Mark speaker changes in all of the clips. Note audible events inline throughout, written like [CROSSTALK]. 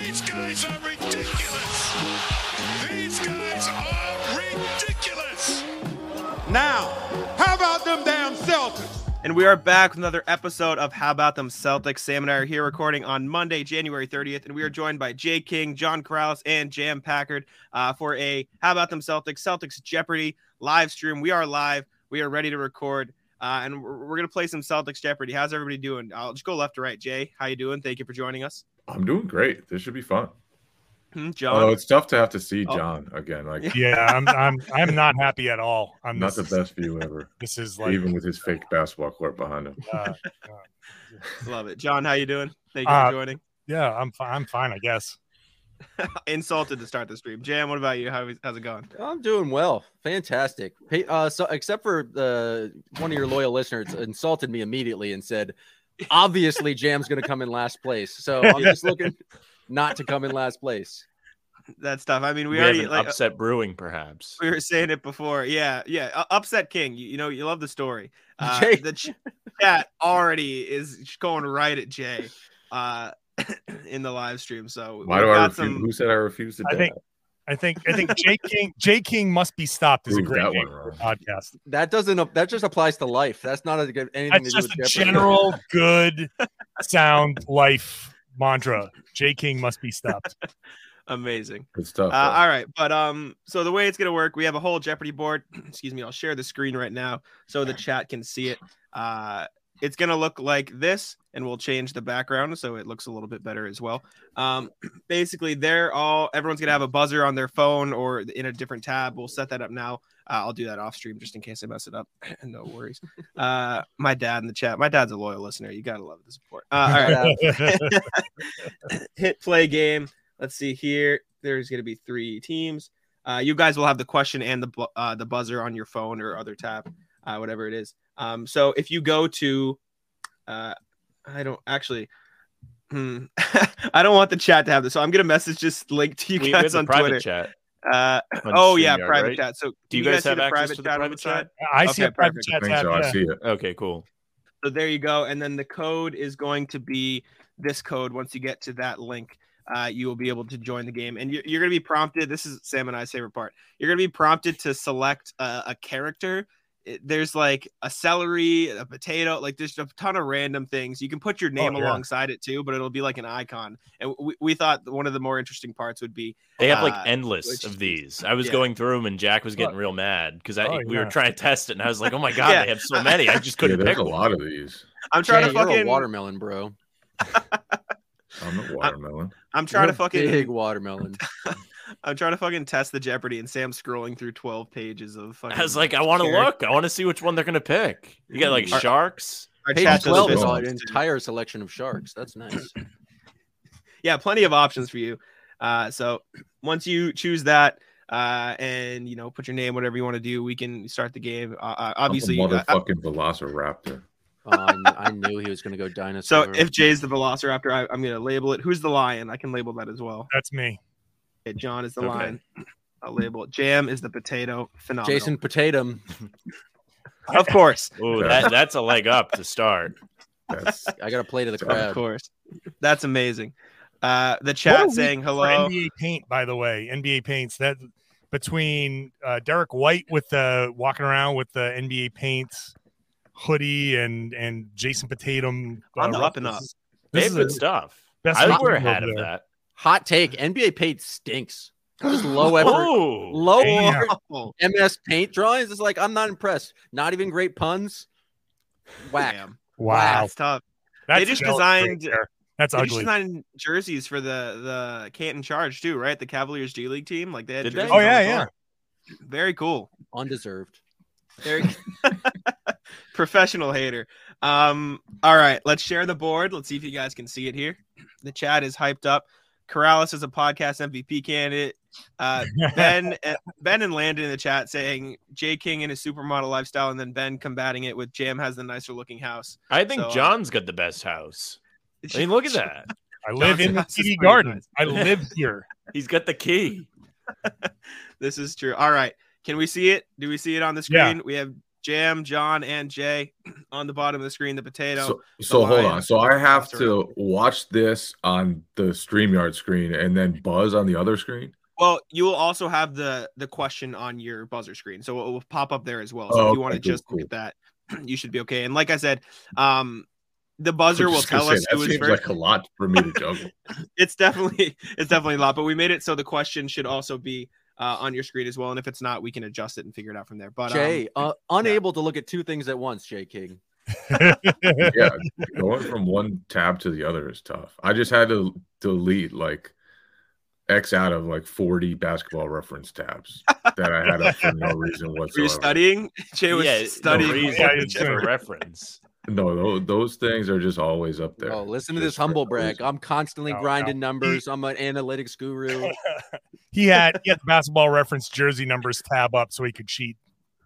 Speaker 1: These guys are ridiculous. These guys are ridiculous.
Speaker 2: Now, how about them damn Celtics?
Speaker 3: And we are back with another episode of How About Them Celtics. Sam and I are here recording on Monday, January 30th, and we are joined by Jay King, John Krause, and Jam Packard uh, for a How About Them Celtics Celtics Jeopardy live stream. We are live. We are ready to record, uh, and we're, we're going to play some Celtics Jeopardy. How's everybody doing? I'll just go left to right. Jay, how you doing? Thank you for joining us.
Speaker 4: I'm doing great. This should be fun.
Speaker 3: Hmm, John,
Speaker 4: Although it's tough to have to see
Speaker 3: Oh.
Speaker 4: John again. Like
Speaker 5: Yeah, I'm I'm I'm not happy at all. I'm
Speaker 4: not
Speaker 3: [LAUGHS]
Speaker 4: the
Speaker 5: this,
Speaker 4: best view ever,
Speaker 5: This is like
Speaker 4: even with his fake basketball court behind him.
Speaker 5: uh,
Speaker 3: love it. John, how you doing? Thank you
Speaker 5: Uh,
Speaker 3: for joining.
Speaker 5: yeah, I'm fi- I'm fine, I guess.
Speaker 3: Insulted to start the stream. Jam, what about you? How, how's it going?
Speaker 6: I'm doing well. Fantastic. Hey, Uh, so, except for the one of your loyal listeners insulted me immediately and said, obviously, Jam's going to come in last place. So I'm just looking not to come in last place.
Speaker 3: That's tough. I mean, we,
Speaker 7: we,
Speaker 3: already
Speaker 7: have an
Speaker 3: like, uh,
Speaker 7: upset brewing, perhaps.
Speaker 3: we were saying it before. Yeah, yeah. U- Upset King. You, you know, you love the
Speaker 7: [LAUGHS]
Speaker 3: story. Uh,
Speaker 6: Jay.
Speaker 3: The ch- chat already is going right at Jay uh, [CLEARS THROAT] in the live stream. So
Speaker 4: Why
Speaker 3: we've
Speaker 4: do I
Speaker 3: got
Speaker 4: refuse? Who said I refuse to?
Speaker 5: I think I think I think
Speaker 4: [LAUGHS]
Speaker 5: J King J King must be stopped is a
Speaker 4: Prove
Speaker 5: great
Speaker 4: that
Speaker 5: name
Speaker 4: one
Speaker 5: for a
Speaker 4: wrong.
Speaker 5: podcast.
Speaker 6: That doesn't, that just applies to life. That's not a good anything
Speaker 5: That's
Speaker 6: to do
Speaker 5: just
Speaker 6: with
Speaker 5: a
Speaker 6: Jeopardy. [LAUGHS]
Speaker 5: general good sound life mantra. J King must be stopped.
Speaker 3: amazing.
Speaker 4: good stuff.
Speaker 3: Uh, all right, but um, so the way it's gonna work, we have a whole Jeopardy board. [CLEARS THROAT] Excuse me, I'll share the screen right now so the chat can see it. Uh, it's gonna look like this, and we'll change the background so it looks a little bit better as well. Um, [CLEARS THROAT] basically, they're all everyone's gonna have a buzzer on their phone or in a different tab. We'll set that up now. Uh, I'll do that off stream just in case I mess it up. [CLEARS THROAT] no worries. Uh, my dad in the chat. My dad's a loyal listener. You gotta love the support. Uh, all right
Speaker 5: [LAUGHS]
Speaker 3: [LAUGHS] hit play game. Let's see here. There's going to be three teams. Uh, you guys will have the question and the bu- uh, the buzzer on your phone or other tab, uh, whatever it is. Um, so if you go to, uh, I don't actually, hmm, [LAUGHS] I don't want the chat to have this. So I'm going to message this link to you
Speaker 7: we, we have
Speaker 3: guys
Speaker 7: the
Speaker 3: on
Speaker 7: private
Speaker 3: Twitter. [LAUGHS]
Speaker 7: chat.
Speaker 3: Uh,
Speaker 7: on
Speaker 3: oh yeah,
Speaker 7: StreamYard,
Speaker 3: private
Speaker 7: right?
Speaker 3: chat. So
Speaker 7: Do
Speaker 3: can
Speaker 7: you guys
Speaker 3: see
Speaker 7: have
Speaker 3: the
Speaker 7: access
Speaker 3: private
Speaker 7: to the
Speaker 3: chat on
Speaker 7: private
Speaker 3: side?
Speaker 7: chat?
Speaker 5: I see
Speaker 3: Okay,
Speaker 5: a private
Speaker 3: perfect.
Speaker 4: I
Speaker 5: chat
Speaker 4: think
Speaker 5: tab.
Speaker 4: so. I
Speaker 5: yeah.
Speaker 4: see it.
Speaker 7: Okay, cool.
Speaker 3: So there you go. And then the code is going to be this code. Once you get to that link, uh, you will be able to join the game. And you're, you're going to be prompted. This is Sam and I's favorite part. You're going to be prompted to select a, a character. It- there's like a celery, a potato, like there's a ton of random things. You can put
Speaker 6: Oh,
Speaker 3: your name
Speaker 5: yeah.
Speaker 3: alongside it too, but it'll be like an icon. And we, we thought one of the more interesting parts would be
Speaker 7: They have like
Speaker 3: Uh, which-
Speaker 7: endless of these. I was
Speaker 3: yeah.
Speaker 7: going through them, and Jack was getting real mad because I
Speaker 5: Oh,
Speaker 7: we were
Speaker 5: yeah.
Speaker 7: trying to test it, and I
Speaker 3: [LAUGHS]
Speaker 7: was like, "Oh my god,
Speaker 3: Yeah.
Speaker 7: they have so many!
Speaker 5: [LAUGHS]
Speaker 7: I just
Speaker 4: Yeah,
Speaker 7: couldn't
Speaker 4: there's
Speaker 7: pick
Speaker 4: a
Speaker 7: one."
Speaker 4: lot of these.
Speaker 3: I'm trying
Speaker 6: Jay,
Speaker 3: to
Speaker 6: you're
Speaker 3: fucking
Speaker 6: a watermelon, bro.
Speaker 4: I'm
Speaker 3: Uh,
Speaker 4: a watermelon.
Speaker 3: I'm trying
Speaker 6: You're
Speaker 3: to
Speaker 6: a
Speaker 3: fucking
Speaker 6: big watermelon.
Speaker 3: I'm trying to fucking test the Jeopardy and Sam's scrolling through 12 pages of fucking
Speaker 7: I was like, "I want to
Speaker 3: Character.
Speaker 7: look. I want to see which one they're gonna pick." You got like
Speaker 3: Are-
Speaker 7: sharks.
Speaker 3: Our
Speaker 6: Page
Speaker 3: chat does
Speaker 6: 12
Speaker 3: this
Speaker 6: is
Speaker 3: all
Speaker 6: an
Speaker 3: too.
Speaker 6: entire selection of sharks. That's nice.
Speaker 3: yeah, plenty of options for you. Uh, so once you choose that uh, and you know put your name, whatever you want to do, we can start the game. Uh, Uh,
Speaker 4: I'm a
Speaker 3: obviously, uh, uh,
Speaker 4: motherfucking velociraptor.
Speaker 6: Oh, I, kn- I knew he was going to go
Speaker 3: so
Speaker 6: dinosaur.
Speaker 3: if Jay's the Velociraptor, I, I'm gonna label it. Who's the lion? I can label that as well.
Speaker 5: That's me.
Speaker 3: Okay, John is the
Speaker 7: Okay.
Speaker 3: lion. I'll label it. Jam is the potato. Phenomenal.
Speaker 6: Jason Potatum,
Speaker 3: of course,
Speaker 7: Oh,
Speaker 4: Okay.
Speaker 7: that, that's a leg up
Speaker 5: [LAUGHS]
Speaker 7: to start.
Speaker 3: [LAUGHS]
Speaker 4: That's
Speaker 6: I got to play to the
Speaker 4: Of
Speaker 3: of
Speaker 6: crowd.
Speaker 3: course, that's amazing. Uh, the
Speaker 5: What a
Speaker 3: chat
Speaker 5: week
Speaker 3: saying
Speaker 5: for
Speaker 3: hello.
Speaker 5: NBA Paint, by the way, NBA Paints that between uh, Derek White with the walking around with the NBA Paint hoodie and and Jason Potatum
Speaker 3: On the
Speaker 5: uh,
Speaker 3: up and up.
Speaker 5: this
Speaker 7: They
Speaker 5: is
Speaker 7: have good
Speaker 5: a-
Speaker 7: stuff.
Speaker 5: best
Speaker 7: I think we're
Speaker 5: option
Speaker 7: ahead of
Speaker 5: over there.
Speaker 7: that.
Speaker 6: Hot take: NBA Paint stinks. Just
Speaker 7: [GASPS]
Speaker 6: low effort,
Speaker 7: Oh,
Speaker 6: low
Speaker 5: damn.
Speaker 6: art
Speaker 3: Oh,
Speaker 6: MS Paint drawings. It's like I'm not impressed. Not even great puns. Whack.
Speaker 3: damn.
Speaker 5: Wow,
Speaker 3: that's tough.
Speaker 5: that's
Speaker 3: They just
Speaker 5: jealous right
Speaker 3: designed-
Speaker 5: there. That's
Speaker 3: They just
Speaker 5: ugly.
Speaker 3: designed jerseys for the the Canton Charge too, right? The Cavaliers G League team, like they had
Speaker 7: Did they?
Speaker 3: jerseys
Speaker 5: Oh
Speaker 3: on the
Speaker 5: yeah,
Speaker 3: court.
Speaker 5: yeah.
Speaker 3: Very cool.
Speaker 6: Undeserved.
Speaker 3: Very professional hater. Um, all right, let's share the board. Let's see if you guys can see it here. The chat is hyped up. Corrales is a podcast MVP candidate.
Speaker 5: [LAUGHS]
Speaker 3: Uh, ben, uh, Ben and Landon in the chat saying Jay King and his supermodel lifestyle, and then Ben combating it with Jam has the nicer looking house. [LAUGHS]
Speaker 7: I think
Speaker 3: So, uh,
Speaker 7: John's got the best house. I
Speaker 3: [LAUGHS]
Speaker 7: mean, look at that.
Speaker 5: I live in the
Speaker 3: John's
Speaker 5: city
Speaker 3: is pretty
Speaker 5: garden.
Speaker 3: nice.
Speaker 5: I live here. [LAUGHS]
Speaker 7: He's got the key.
Speaker 3: This is true. All right, can we see it? Do we see it on the
Speaker 5: Yeah.
Speaker 3: screen? We have Jam, John, and Jay [CLEARS THROAT] on the bottom of the screen. The potato.
Speaker 4: So, so hold
Speaker 3: lion.
Speaker 4: on. So I have
Speaker 3: That's
Speaker 4: to watch this on the StreamYard screen and then buzz on the other screen.
Speaker 3: well, you will also have the the question on your buzzer screen, so it will pop up there as well. So
Speaker 4: Oh,
Speaker 3: if you want to
Speaker 4: okay, cool,
Speaker 3: just look at that, [CLEARS THROAT] you should be okay. And like I said, um, the buzzer
Speaker 4: I'm
Speaker 3: will
Speaker 4: just gonna
Speaker 3: tell
Speaker 4: say,
Speaker 3: us
Speaker 4: that
Speaker 3: who is
Speaker 4: seems
Speaker 3: first.
Speaker 4: like a lot for me to juggle.
Speaker 3: [LAUGHS] it's definitely [LAUGHS] it's definitely a lot, but we made it so the question should also be uh, on your screen as well. And if it's not, we can adjust it and figure it out from there. But
Speaker 6: Jay,
Speaker 3: um,
Speaker 6: uh, unable to look at two things at once, Jay King.
Speaker 4: yeah, going from one tab to the other is tough. I just had to delete like X out of like 40 basketball reference tabs that I had up for no
Speaker 3: [LAUGHS]
Speaker 4: reason
Speaker 3: were you
Speaker 4: whatsoever.
Speaker 3: studying? [LAUGHS] Jay was
Speaker 7: yeah,
Speaker 3: studying.
Speaker 7: No reason,
Speaker 5: Yeah,
Speaker 7: just a reference.
Speaker 4: No, those, those things are just always up there. [LAUGHS]
Speaker 6: Oh, listen to
Speaker 4: Just
Speaker 6: this humble
Speaker 4: for no
Speaker 6: brag.
Speaker 4: reason.
Speaker 6: I'm constantly
Speaker 5: No, no.
Speaker 6: grinding numbers. I'm an analytics guru.
Speaker 5: he had he had the basketball reference jersey numbers tab up so he could cheat.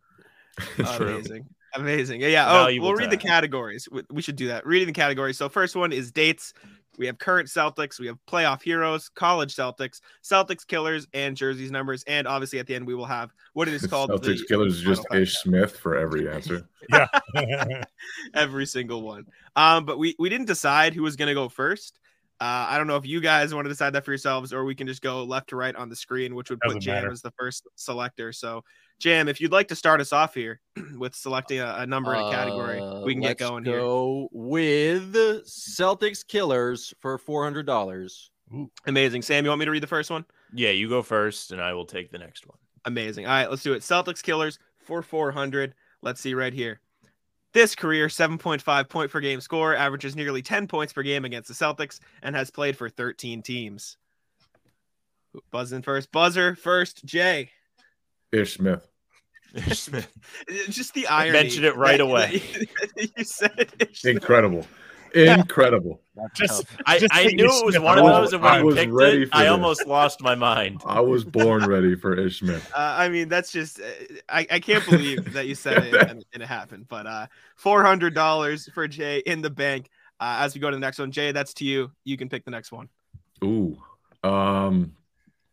Speaker 5: [LAUGHS]
Speaker 4: [LAUGHS]
Speaker 7: True.
Speaker 3: Amazing. Amazing. Yeah, Yeah. Oh,
Speaker 7: Valuable
Speaker 3: we'll read the
Speaker 7: time.
Speaker 3: categories. We- We should do that. Reading the categories. So first one is dates. We have current Celtics. We have playoff heroes, college Celtics, Celtics killers, and jerseys numbers. And obviously at the end we will have what it
Speaker 4: [LAUGHS]
Speaker 3: is called.
Speaker 4: Celtics
Speaker 3: the-
Speaker 4: killers is
Speaker 3: Final
Speaker 4: just
Speaker 3: Five.
Speaker 4: Ish Smith for every answer.
Speaker 3: [LAUGHS] every single one. Um, but we we didn't decide who was gonna go first. Uh, I don't know if you guys want to decide that for yourselves, or we can just go left to right on the screen, which would put
Speaker 5: Doesn't
Speaker 3: Jam
Speaker 5: matter.
Speaker 3: as the first selector. So, Jam, if you'd like to start us off here [CLEARS THROAT] with selecting a, a number and a category,
Speaker 6: Uh,
Speaker 3: we can get
Speaker 6: let's
Speaker 3: going here.
Speaker 6: Go with Celtics killers for four hundred dollars.
Speaker 3: Amazing, Sam. You want me to read the first one?
Speaker 7: Yeah, you go first, and I will take the
Speaker 4: [LAUGHS]
Speaker 7: next one. [LAUGHS]
Speaker 3: Amazing. All right, let's do it. Celtics killers for 400. Let's see right here. This career 7.5 point per game score averages nearly 10 points per game against the Celtics and has played for 13 teams. Buzzing first, buzzer first, Jay. [LAUGHS]
Speaker 4: Ish Smith.
Speaker 3: Just the irony.
Speaker 7: mentioned it right
Speaker 3: that-
Speaker 7: away.
Speaker 3: [LAUGHS] that you said it.
Speaker 4: Incredible. Incredible.
Speaker 5: Just,
Speaker 7: I,
Speaker 5: Just
Speaker 7: I
Speaker 5: take
Speaker 7: knew
Speaker 5: your
Speaker 7: it was
Speaker 5: sniff.
Speaker 7: one of
Speaker 4: I was-
Speaker 7: those, and when
Speaker 4: I
Speaker 7: I
Speaker 4: was
Speaker 7: picked
Speaker 4: ready
Speaker 7: it,
Speaker 4: for
Speaker 7: I
Speaker 4: this.
Speaker 7: almost lost my mind.
Speaker 4: I was born ready for Ish Smith.
Speaker 3: Uh, I mean, that's just, uh, I, I can't
Speaker 6: [LAUGHS]
Speaker 3: believe that you said it and, and it happened. But uh, $400 for Jay in the bank. Uh, as we go to the next one, Jay, that's to you. You can pick the next one.
Speaker 4: Ooh. Um,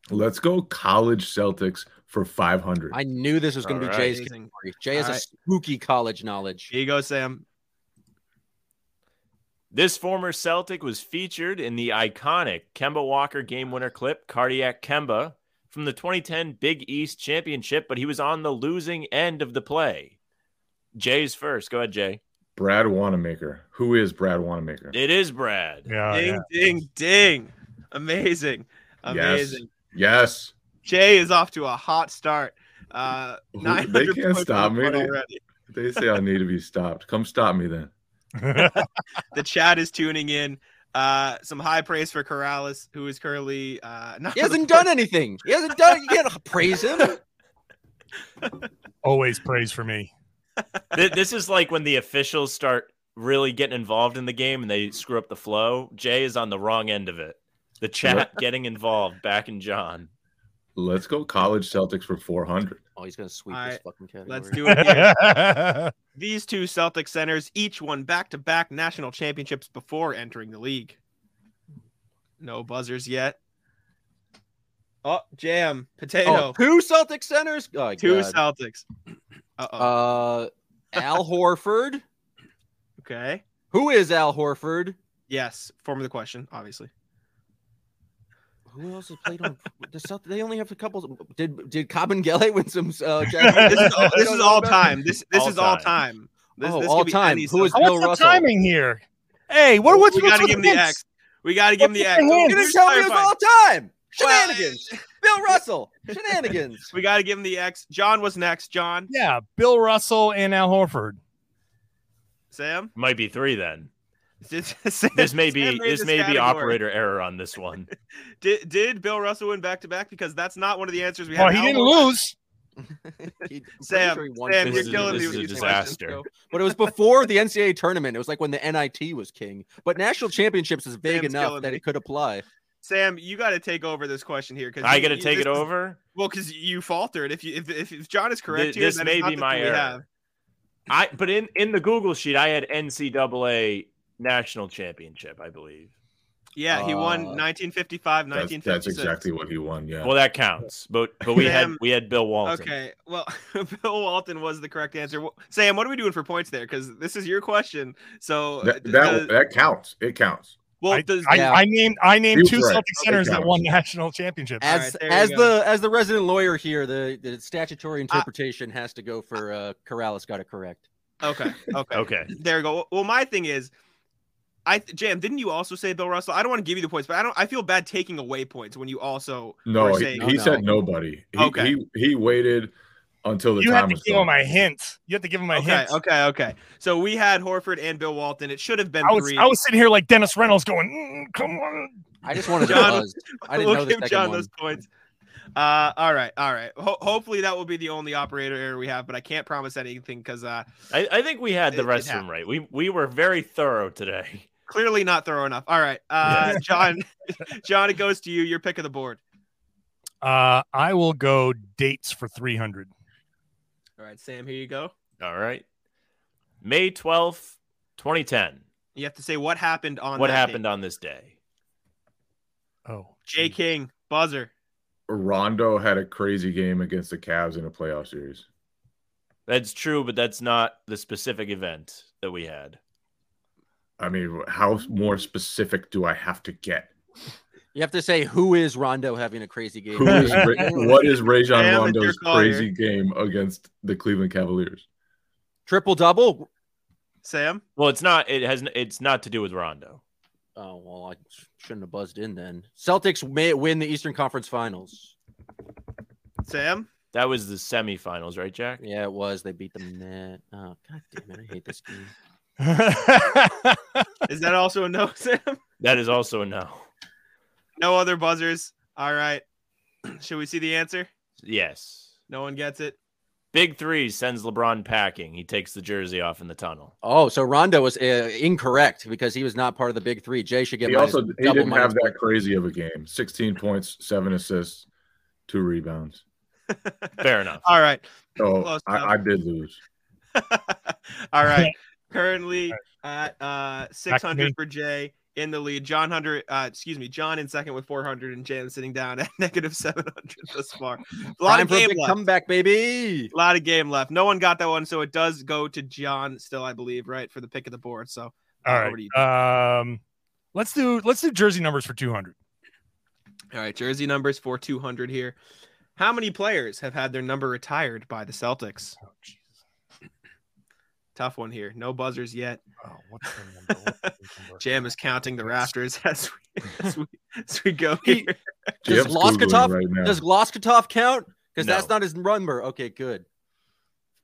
Speaker 4: let's go college Celtics for 500.
Speaker 6: I knew this was going to be
Speaker 7: All right.
Speaker 6: Jay's
Speaker 3: Amazing.
Speaker 6: category. Jay has
Speaker 3: All
Speaker 6: a
Speaker 3: right.
Speaker 6: spooky college knowledge.
Speaker 3: Here you go, Sam.
Speaker 7: This former Celtic was featured in the iconic Kemba Walker game winner clip, Cardiac Kemba, from the 2010 Big East Championship, but he was on the losing end of the play. Jay's first. Go ahead, Jay.
Speaker 4: Brad Wanamaker. Who is Brad Wanamaker?
Speaker 7: It is Brad.
Speaker 5: yeah,
Speaker 3: ding,
Speaker 5: yeah.
Speaker 3: ding, ding. Amazing.
Speaker 4: Oh, Yes.
Speaker 3: Amazing.
Speaker 4: Yes.
Speaker 3: Jay is off to a hot start. Uh,
Speaker 4: Who-
Speaker 3: 900
Speaker 4: [LAUGHS] They can't
Speaker 3: points
Speaker 4: stop
Speaker 3: on the
Speaker 4: me.
Speaker 3: board
Speaker 4: They,
Speaker 3: already.
Speaker 4: they say I need to be stopped. Come stop me then.
Speaker 3: The chat is tuning in. Uh, some high praise for Corrales, who is currently uh, not
Speaker 6: He hasn't done anything. He hasn't done. You can't praise him.
Speaker 5: [LAUGHS] Always praise for me.
Speaker 7: Th- this is like when the officials start really getting involved in the game and they screw up the flow. Jay is on the wrong end of it. The chat getting involved, back in John.
Speaker 4: Let's go college Celtics for 400.
Speaker 6: Oh, he's going to sweep
Speaker 3: All
Speaker 6: this
Speaker 3: right,
Speaker 6: fucking category.
Speaker 3: Let's do it. Here.
Speaker 5: [LAUGHS] That's
Speaker 3: These two Celtic centers each won back to back national championships before entering the league. No buzzers yet. Oh, jam,
Speaker 6: Oh,
Speaker 3: potato,
Speaker 6: two Celtic centers. Oh, my
Speaker 3: two
Speaker 6: God. [CLEARS THROAT]
Speaker 3: Celtics. Uh-oh.
Speaker 6: Uh, Al Horford.
Speaker 3: okay.
Speaker 6: Who is Al Horford?
Speaker 3: Yes, form of the question,
Speaker 6: [LAUGHS]
Speaker 3: obviously.
Speaker 6: Who else has played on [LAUGHS] the South? They only have a couple. Did did Cobb and Gele win some?
Speaker 3: [LAUGHS]
Speaker 6: Uh,
Speaker 3: This is all, this is all time. This this
Speaker 7: All
Speaker 3: is all
Speaker 7: time.
Speaker 3: time. This,
Speaker 6: Oh,
Speaker 3: this
Speaker 6: all
Speaker 3: could be
Speaker 6: time.
Speaker 3: any
Speaker 6: Who is Oh,
Speaker 3: subject.
Speaker 6: Bill Russell?
Speaker 5: here? Hey, what,
Speaker 3: We
Speaker 5: what's what's
Speaker 3: gotta
Speaker 5: with
Speaker 3: give him the
Speaker 5: this?
Speaker 3: X. We got to give him the
Speaker 5: What's
Speaker 3: X.
Speaker 5: with the
Speaker 3: We're
Speaker 5: hands?
Speaker 6: You're going
Speaker 3: just
Speaker 6: to tell me it was
Speaker 3: clarifying.
Speaker 6: all time.
Speaker 3: Well,
Speaker 6: Shenanigans. Bill Russell.
Speaker 3: [LAUGHS]
Speaker 6: Shenanigans.
Speaker 3: We got to give him the X. John was next. John,
Speaker 5: Yeah, Bill Russell and Al Horford.
Speaker 3: Sam.
Speaker 7: Might be three then.
Speaker 3: [LAUGHS] Sam-
Speaker 7: This may
Speaker 3: Sam
Speaker 7: be
Speaker 3: made
Speaker 7: this may be
Speaker 3: category.
Speaker 7: operator error on this one.
Speaker 3: Did, did Bill Russell win back to back? Because that's not one of the answers we had.
Speaker 5: Well, he
Speaker 3: Al
Speaker 5: didn't
Speaker 3: Horford-
Speaker 5: lose.
Speaker 6: [LAUGHS] He- I'm pretty
Speaker 3: Sam,
Speaker 6: he won
Speaker 3: Sam,
Speaker 6: two
Speaker 7: you're
Speaker 6: of them.
Speaker 7: killing This me is with a these questions, disaster. bro.
Speaker 6: [LAUGHS] But it was before the NCAA tournament. It was like when the NIT was king. But national championships is vague
Speaker 3: Sam's
Speaker 6: enough
Speaker 3: killing
Speaker 6: that
Speaker 3: me.
Speaker 6: it could apply.
Speaker 3: Sam, you got to take over this question here because
Speaker 7: I gotta take it over.
Speaker 3: Well, because you faltered. If you if, if, if John is correct
Speaker 7: Th-
Speaker 3: here,
Speaker 7: this
Speaker 3: then
Speaker 7: may
Speaker 3: it's not
Speaker 7: be
Speaker 3: the
Speaker 7: my
Speaker 3: thing we
Speaker 7: error.
Speaker 3: have.
Speaker 7: I but in in the Google sheet I had NCAA national championship, I believe.
Speaker 3: Yeah, he won
Speaker 6: Uh,
Speaker 3: 1955,
Speaker 4: That's, that's
Speaker 3: 1956.
Speaker 4: exactly what he won. Yeah.
Speaker 7: Well, that counts, but but we had
Speaker 3: Sam-
Speaker 7: we had Bill Walton.
Speaker 3: Okay, well, [LAUGHS] Bill Walton was the correct answer. Wh- Sam, what are we doing for points there? Because this is your question. So
Speaker 4: that
Speaker 3: d-
Speaker 4: that,
Speaker 3: does-
Speaker 4: that counts. It counts.
Speaker 3: well,
Speaker 5: I,
Speaker 3: does,
Speaker 5: I,
Speaker 6: Yeah.
Speaker 5: I named I named
Speaker 4: He
Speaker 5: two
Speaker 4: was right.
Speaker 5: Celtic centers that
Speaker 4: Cowboys.
Speaker 5: won national championships.
Speaker 3: All
Speaker 6: As
Speaker 3: right, there you
Speaker 6: as
Speaker 3: go. Ah.
Speaker 6: the as the resident lawyer here, the, the statutory interpretation has to go for uh, Corrales. Got it correct.
Speaker 3: okay,
Speaker 5: [LAUGHS]
Speaker 3: okay,
Speaker 7: Okay.
Speaker 3: There you go. Well, my thing is, I th- Jam, didn't you also say Bill Russell? I don't want to give you the points, but I don't. I feel bad taking away points when you also
Speaker 4: No,
Speaker 3: were
Speaker 4: he,
Speaker 3: saying-
Speaker 4: he
Speaker 6: No,
Speaker 4: said nobody. He,
Speaker 3: Okay.
Speaker 4: he he waited until the
Speaker 5: You
Speaker 4: time
Speaker 5: have to
Speaker 4: was
Speaker 5: give
Speaker 4: up.
Speaker 5: him a hint. You have to give him a
Speaker 3: okay,
Speaker 5: hint.
Speaker 3: okay, okay. So we had Horford and Bill Walton. It should have been
Speaker 5: I was
Speaker 3: three.
Speaker 5: I was sitting here like Dennis Reynolds going, "Mm, come on.
Speaker 6: I just wanted to
Speaker 3: John- [LAUGHS]
Speaker 6: buzz. I didn't
Speaker 3: we'll
Speaker 6: know the
Speaker 3: give
Speaker 6: second
Speaker 3: John
Speaker 6: one.
Speaker 3: those points. Uh, all right, all right. Ho- hopefully that will be the only operator error we have, but I can't promise anything because uh,
Speaker 7: I, I think we had
Speaker 3: It-
Speaker 7: the
Speaker 3: it
Speaker 7: rest of them
Speaker 3: happened.
Speaker 7: right. We we were very thorough today.
Speaker 3: clearly not thorough enough. All right, uh, [LAUGHS] John, John, it goes to you. Your pick of the board.
Speaker 5: Uh, I will go dates for 300.
Speaker 3: All right, Sam, here you go.
Speaker 7: All right. May 12th, 2010.
Speaker 3: You have to say what happened on
Speaker 7: what
Speaker 3: that
Speaker 7: happened
Speaker 3: Day.
Speaker 7: on this day?
Speaker 5: Oh,
Speaker 3: Jay King buzzer.
Speaker 4: Rondo had a crazy game against the Cavs in a playoff series.
Speaker 7: That's true, but that's not the specific event that we had.
Speaker 4: I mean, how more specific do I have to get?
Speaker 6: You have to say who is Rondo having a crazy game.
Speaker 4: Who is
Speaker 6: [LAUGHS]
Speaker 4: Ra-
Speaker 3: [LAUGHS]
Speaker 4: what is Rajon
Speaker 3: Damn, it's your
Speaker 4: Rondo's
Speaker 3: call here.
Speaker 4: crazy game against the Cleveland Cavaliers?
Speaker 6: triple double?
Speaker 3: Sam,
Speaker 7: Well, it's not. It has. It's not to do with Rondo.
Speaker 6: Oh well, I sh- shouldn't have buzzed in then. Celtics may win the Eastern Conference Finals.
Speaker 3: Sam.
Speaker 7: That was the semifinals, right, Jack?
Speaker 6: Yeah, it was. They beat them net. Oh god damn it! I hate this game.
Speaker 5: [LAUGHS]
Speaker 3: Is that also a no, [LAUGHS] Sam?
Speaker 7: That is also a no.
Speaker 3: No other buzzers. All right. [CLEARS THROAT] Should we see the answer?
Speaker 7: Yes.
Speaker 3: No one gets it.
Speaker 7: Big Three sends LeBron packing. He takes the jersey off in
Speaker 3: [LAUGHS]
Speaker 7: the tunnel.
Speaker 6: Oh, so Rondo was uh, incorrect because he was not part of the big three. Jay should get.
Speaker 4: He
Speaker 6: minus-
Speaker 4: also he
Speaker 6: double
Speaker 4: didn't
Speaker 6: minus
Speaker 4: have that
Speaker 6: one.
Speaker 4: crazy of a game. 16 points, 7 assists, 2 rebounds.
Speaker 7: Fair enough.
Speaker 3: All right. [LAUGHS]
Speaker 4: So
Speaker 3: Close enough.
Speaker 4: I, I did lose.
Speaker 3: All right. Currently at uh
Speaker 5: me.
Speaker 3: 600 for Jay in the lead. John Hunter, uh, excuse me, John in second with 400, and Jam sitting down [LAUGHS] at negative 700 thus
Speaker 6: [LAUGHS]
Speaker 3: far. A lot
Speaker 6: Time
Speaker 3: of
Speaker 6: for a
Speaker 3: game
Speaker 6: big
Speaker 3: left.
Speaker 6: comeback, baby.
Speaker 3: A lot of game left. No one got that one, so it does go to John still, I believe, right for the pick of the board. So
Speaker 5: All
Speaker 3: Over to you.
Speaker 5: right. Um, let's do let's do jersey numbers for 200.
Speaker 3: All right, jersey numbers for 200 here. How many players have had their number retired by the Celtics?
Speaker 5: Oh, Jesus.
Speaker 3: Tough one here. No buzzers yet.
Speaker 5: Oh, what's the number? What's the
Speaker 3: [LAUGHS]
Speaker 5: number?
Speaker 3: Jam is counting the rafters [LAUGHS] as we as we, as we go [LAUGHS]
Speaker 6: He-
Speaker 3: here.
Speaker 6: Does
Speaker 4: Jeff's
Speaker 6: Laskatov-
Speaker 4: Googling right now.
Speaker 6: Does Gloskatov count? Because
Speaker 7: No.
Speaker 6: that's not his number. Okay, good.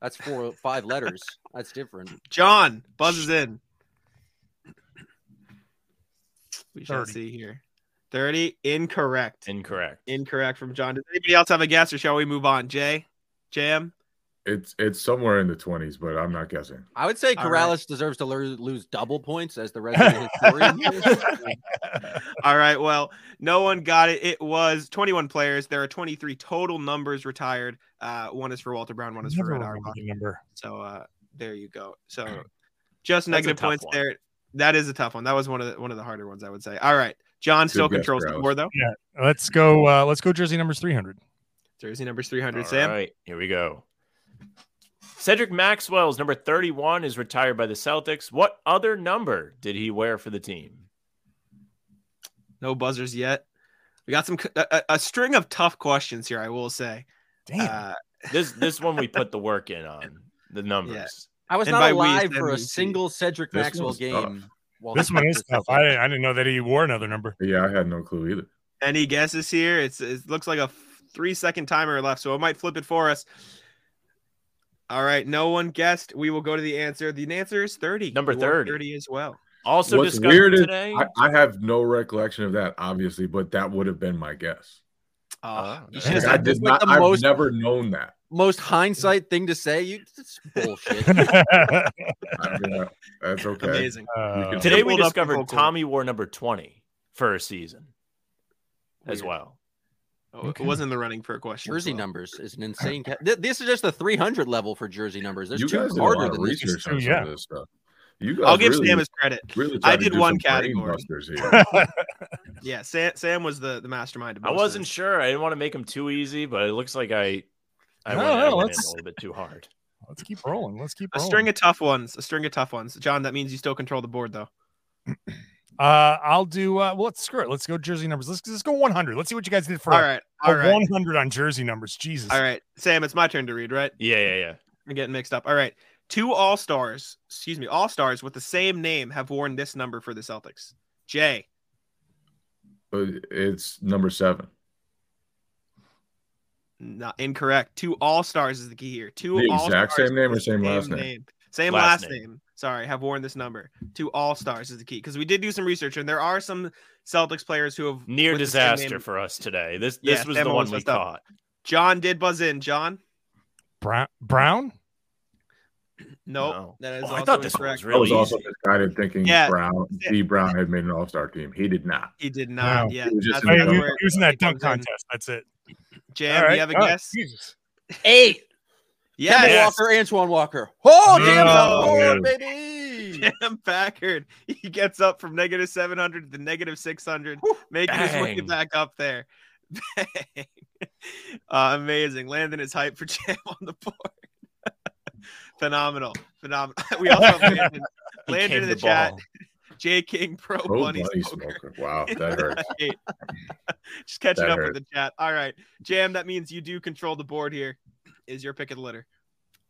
Speaker 6: That's four, five letters. That's different.
Speaker 3: John buzzes in. We shall
Speaker 5: 30.
Speaker 3: see here. 30 incorrect.
Speaker 7: Incorrect.
Speaker 3: Incorrect from John. Does anybody else have a guess or shall we move on? Jay? Jam?
Speaker 4: it's it's somewhere in the 20s, but I'm not guessing.
Speaker 6: I would say
Speaker 3: All
Speaker 6: Corrales
Speaker 3: right.
Speaker 6: deserves to lo- lose double points as the resident historian. here.
Speaker 3: [LAUGHS] All right. Well, no one got it. It was 21 players. There are 23 total numbers retired. Uh, one is for Walter Brown, one is for
Speaker 5: Never
Speaker 3: Red
Speaker 5: remember
Speaker 3: Auerbach.
Speaker 5: the number.
Speaker 3: So uh, there you go. So just
Speaker 7: a
Speaker 3: negative
Speaker 7: tough
Speaker 3: points
Speaker 7: one.
Speaker 3: there. That is a tough one. That was one of the, one of the harder ones, I would say. All right. John still
Speaker 4: guess,
Speaker 3: controls the
Speaker 4: Travis.
Speaker 3: board, though.
Speaker 5: Let's go. Uh, let's go jersey numbers 300.
Speaker 3: Jersey numbers 300.
Speaker 7: All
Speaker 3: Sam?
Speaker 7: right, here we go. Cedric Maxwell's number 31 is retired by the Celtics. What other number did he wear for the team?
Speaker 3: No buzzers yet. We got some a, a- a string of tough questions here, I will say.
Speaker 5: Damn.
Speaker 3: Uh,
Speaker 7: This this one we put the work in on the numbers.
Speaker 6: I was
Speaker 3: And
Speaker 6: not
Speaker 3: by we,
Speaker 6: alive
Speaker 3: that
Speaker 6: for a
Speaker 3: means he-
Speaker 6: single Cedric
Speaker 4: This
Speaker 6: Maxwell
Speaker 4: one's
Speaker 6: game. while
Speaker 5: this
Speaker 6: he
Speaker 5: one
Speaker 6: played
Speaker 5: is
Speaker 6: for the
Speaker 5: tough. I,
Speaker 6: Celtics.
Speaker 5: I didn't know that he wore another
Speaker 3: [LAUGHS]
Speaker 5: number. [LAUGHS]
Speaker 4: Yeah, I had no clue either.
Speaker 3: any guesses here? It's it looks like a f- three second timer left, so it might flip it for us. All right, no one guessed. We will go to the answer. The answer is thirty.
Speaker 7: Number
Speaker 3: We want
Speaker 7: 30.
Speaker 3: as well.
Speaker 7: Also
Speaker 4: What's
Speaker 7: discussed
Speaker 4: weird is
Speaker 7: today.
Speaker 4: I, I have no recollection of that, obviously, but that would have been my guess.
Speaker 7: Oh,
Speaker 3: Ah,
Speaker 6: You
Speaker 4: Like,
Speaker 6: should've
Speaker 4: I
Speaker 6: said this
Speaker 4: did
Speaker 6: with
Speaker 4: not.
Speaker 6: the
Speaker 4: I've
Speaker 6: most,
Speaker 4: never known that.
Speaker 6: most hindsight thing to say. You it's
Speaker 5: [LAUGHS]
Speaker 6: bullshit.
Speaker 4: I mean,
Speaker 6: [LAUGHS]
Speaker 4: I- that's okay.
Speaker 3: amazing.
Speaker 5: Uh, [LAUGHS]
Speaker 4: could-
Speaker 7: today we
Speaker 3: Pulled up the
Speaker 7: discovered
Speaker 3: vocal.
Speaker 7: Tommy wore number 20 for a season as
Speaker 3: Weird.
Speaker 7: well.
Speaker 3: Oh,
Speaker 5: Okay.
Speaker 3: It was in the running for a question. uh, as
Speaker 6: jersey
Speaker 3: well.
Speaker 6: numbers is an insane. Ca- Th- this is just the 300 level for jersey numbers. There's
Speaker 4: you
Speaker 6: two
Speaker 4: guys did a
Speaker 6: harder
Speaker 4: lot of
Speaker 6: than this.
Speaker 4: research on
Speaker 5: It's
Speaker 4: some
Speaker 5: true,
Speaker 4: of this stuff. You guys
Speaker 3: I'll give
Speaker 4: really,
Speaker 3: Sam his credit.
Speaker 4: really
Speaker 3: I
Speaker 4: tried to
Speaker 3: did
Speaker 4: do
Speaker 3: one
Speaker 4: some brain
Speaker 3: category.
Speaker 4: busters here.
Speaker 3: Yeah, Sam, Sam was the, the mastermind. of
Speaker 7: I
Speaker 3: most of
Speaker 7: wasn't
Speaker 3: this.
Speaker 7: sure. I didn't want to make him too easy, but it looks like I I
Speaker 5: No,
Speaker 7: went,
Speaker 5: no,
Speaker 7: I went in
Speaker 5: let's-
Speaker 7: a little bit too hard.
Speaker 5: Let's keep rolling. Let's keep
Speaker 4: Oh.
Speaker 3: A
Speaker 5: rolling.
Speaker 3: string of tough ones. A string of tough ones. John, that means you still control the board, though.
Speaker 5: uh, I'll do. Uh, well, let's screw it. Let's go jersey numbers. Let's let's go 100. Let's see what you guys did for
Speaker 3: All
Speaker 5: a-
Speaker 3: right.
Speaker 5: a
Speaker 3: All right.
Speaker 5: 100 on jersey numbers. Jesus.
Speaker 3: All right. Sam, it's my turn to read, right?
Speaker 7: Yeah, yeah, yeah.
Speaker 3: I'm getting mixed up. All right. Two All Stars, excuse me, All Stars with the same name have worn this number for the Celtics. Jay,
Speaker 4: But it's number seven.
Speaker 3: not incorrect. Two All Stars is the key here. Two
Speaker 4: The
Speaker 3: All
Speaker 4: exact
Speaker 3: Stars
Speaker 4: same name or
Speaker 3: with the
Speaker 4: same last name?
Speaker 3: Same
Speaker 7: Last
Speaker 3: last,
Speaker 7: name.
Speaker 3: name. Sorry, have worn this number. Two All Stars is the key because we did do some research and there are some Celtics players who have
Speaker 7: Near
Speaker 3: with the same
Speaker 7: disaster
Speaker 3: name.
Speaker 7: for us today. This
Speaker 3: Yeah,
Speaker 7: this was
Speaker 3: Sam
Speaker 7: the one
Speaker 3: almost
Speaker 7: we
Speaker 3: messed up.
Speaker 7: caught.
Speaker 3: John did buzz in. John,
Speaker 5: Brown. Brown?
Speaker 3: nope.
Speaker 7: No.
Speaker 3: That is
Speaker 7: Oh, I
Speaker 3: also
Speaker 7: thought this one
Speaker 3: incorrect.
Speaker 7: was
Speaker 4: I was
Speaker 7: really
Speaker 4: also
Speaker 7: easy.
Speaker 4: misguided thinking
Speaker 3: Yeah.
Speaker 4: Brown D Brown had made an All Star team. He did not.
Speaker 3: He did
Speaker 5: Wow.
Speaker 3: not. Yeah,
Speaker 4: He was just
Speaker 3: that's
Speaker 4: in
Speaker 5: Oh,
Speaker 4: the
Speaker 5: yeah,
Speaker 4: dunk
Speaker 5: he-
Speaker 3: where
Speaker 5: he was in that
Speaker 3: he
Speaker 5: dunk
Speaker 3: comes in.
Speaker 5: contest. That's it.
Speaker 3: Jam,
Speaker 5: All
Speaker 3: do
Speaker 5: right.
Speaker 3: you have a
Speaker 5: Oh, [LAUGHS]
Speaker 3: guess?
Speaker 5: Jesus.
Speaker 6: Eight. Kemba
Speaker 3: Yes.
Speaker 6: Walker, Antoine Walker. Oh,
Speaker 5: No,
Speaker 6: damn, I'm going,
Speaker 5: man.
Speaker 6: baby.
Speaker 3: [LAUGHS] Jam Packard. He gets up from negative 700 to negative 600, making his way
Speaker 7: Bang.
Speaker 3: back up there. [LAUGHS] Bang. Uh, amazing. Landon is hype for [LAUGHS] Jam on the board. [LAUGHS] Phenomenal. Phenomenal. [LAUGHS] We also have Landon, [LAUGHS]
Speaker 7: He
Speaker 3: Landon
Speaker 7: came
Speaker 3: in
Speaker 7: the
Speaker 3: the, chat. J King Pro
Speaker 4: Oh,
Speaker 3: Bunny
Speaker 4: Bunny
Speaker 3: Smoker.
Speaker 4: smoker. Wow, that
Speaker 3: [LAUGHS]
Speaker 4: hurts.
Speaker 3: Eight. Just catching
Speaker 4: That
Speaker 3: up
Speaker 4: hurt.
Speaker 3: with the chat. All right. Jam, that means you do control the board here. Is your pick of the litter?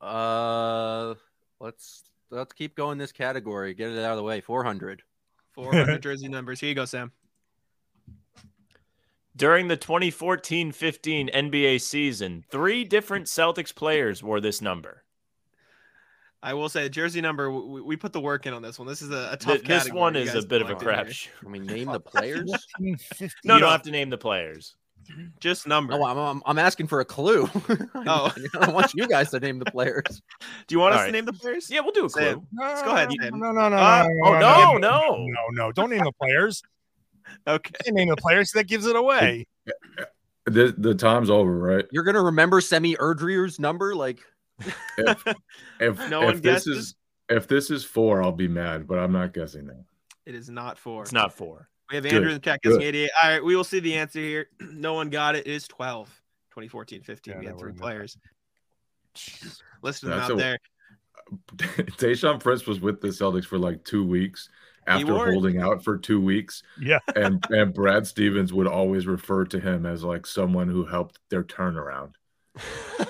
Speaker 6: Uh, let's let's keep going this category. Get it out of the way. Four hundred.
Speaker 7: [LAUGHS]
Speaker 3: 400 jersey numbers. Here you go, Sam.
Speaker 7: During the 2014-15 NBA season, three different Celtics players wore this number.
Speaker 3: I will say, jersey number, we, we put the work in on this one. This is a, a tough
Speaker 7: Th- this
Speaker 3: category
Speaker 7: one
Speaker 3: you
Speaker 7: is
Speaker 3: guys
Speaker 7: a bit of a
Speaker 3: put in here.
Speaker 7: crapshoot.
Speaker 3: [LAUGHS]
Speaker 6: I mean, name the players.
Speaker 7: No, you
Speaker 3: no.
Speaker 7: don't have to name the players.
Speaker 3: Just number.
Speaker 6: No, I'm, I'm I'm asking for a clue. [LAUGHS]
Speaker 3: Oh.
Speaker 6: I don't want you guys to name the players.
Speaker 3: do you want us
Speaker 7: All right.
Speaker 3: to name the players?
Speaker 7: Yeah, we'll do a
Speaker 3: Sam.
Speaker 7: clue.
Speaker 5: Let's
Speaker 3: go ahead,
Speaker 5: No,
Speaker 3: Sam.
Speaker 5: no, no, no,
Speaker 3: Uh,
Speaker 5: no,
Speaker 7: Oh no,
Speaker 5: no,
Speaker 7: no.
Speaker 5: no, no. Don't name the players.
Speaker 3: Okay.
Speaker 5: Can't name the players. That
Speaker 3: [LAUGHS]
Speaker 5: gives it away.
Speaker 4: The, the time's over, right?
Speaker 6: You're gonna remember Semi Erdrier's number, like
Speaker 4: If
Speaker 3: No
Speaker 4: if
Speaker 3: one
Speaker 4: this
Speaker 3: guesses?
Speaker 4: is if this is four, I'll be mad, but I'm not guessing that. [LAUGHS]
Speaker 3: It is not four.
Speaker 7: It's not four.
Speaker 3: We have
Speaker 4: Good.
Speaker 3: Andrew in the chat guessing
Speaker 4: Good.
Speaker 3: 88. All right. We will see the answer here. [CLEARS THROAT] no one got it. It is 12, 2014, 15.
Speaker 5: Yeah,
Speaker 3: we
Speaker 5: no,
Speaker 3: had
Speaker 5: we're
Speaker 3: three
Speaker 5: in the-
Speaker 3: players. Listen to them
Speaker 4: That's
Speaker 3: out
Speaker 4: a-
Speaker 3: there.
Speaker 4: Tayshawn Prince was with the Celtics for like two weeks after
Speaker 3: wore it.
Speaker 4: holding out for two weeks.
Speaker 5: Yeah. [LAUGHS]
Speaker 4: And and Brad Stevens would always refer to him as like someone who helped their turnaround.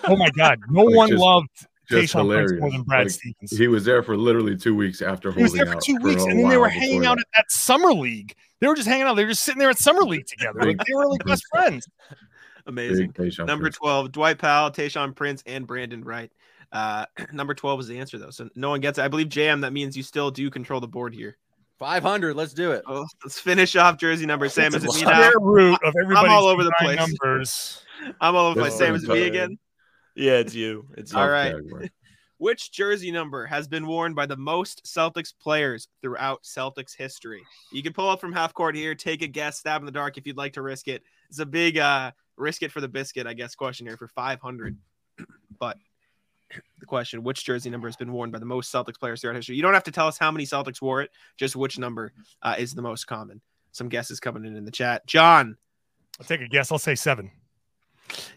Speaker 5: Oh my God. No
Speaker 4: Like,
Speaker 5: one
Speaker 4: just-
Speaker 5: loved
Speaker 4: Just
Speaker 5: Tayshaun Prince
Speaker 4: hilarious.
Speaker 5: more than Brad
Speaker 4: Like,
Speaker 5: Stevens.
Speaker 4: he was there for literally two weeks after
Speaker 5: He was
Speaker 4: holding
Speaker 5: there for
Speaker 4: out
Speaker 5: two
Speaker 4: a
Speaker 5: weeks, and then they
Speaker 4: while
Speaker 5: were
Speaker 4: before
Speaker 5: hanging
Speaker 4: that.
Speaker 5: out at that summer league. They were just hanging out. They were just sitting there at summer league together. Like, they were like
Speaker 4: [LAUGHS]
Speaker 5: best friends.
Speaker 3: Amazing.
Speaker 4: Big Tayshaun
Speaker 3: Number
Speaker 4: Prince.
Speaker 3: 12, Dwight Powell, Tayshawn Prince, and Brandon Wright. Uh, [CLEARS THROAT] number 12 was the answer, though. So no one gets it. I believe, JM, that means you still do control the board here.
Speaker 6: 500. Let's do it.
Speaker 3: Oh, let's finish off jersey number. Sam, is
Speaker 6: That's
Speaker 3: it me
Speaker 6: a lot.
Speaker 3: now?
Speaker 7: [LAUGHS]
Speaker 5: Square root of everybody's
Speaker 3: all over the
Speaker 5: combined
Speaker 3: place.
Speaker 5: numbers.
Speaker 3: I'm all over the
Speaker 4: That's
Speaker 3: place. Sam, is it me
Speaker 4: entire-
Speaker 3: again?
Speaker 7: Yeah, it's you. It's you.
Speaker 3: All right.
Speaker 4: Category.
Speaker 3: Which jersey number has been worn by the most Celtics players throughout Celtics history? You can pull up from half court here, take a guess, stab in the dark if you'd like to risk it. It's a big uh, risk it for the biscuit, I guess, question here for 500. But the question, which jersey number has been worn by the most Celtics players throughout history? You don't have to tell us how many Celtics wore it, just which number uh, is the most common. Some guesses coming in in the chat. John,
Speaker 5: I'll take a guess. I'll say seven.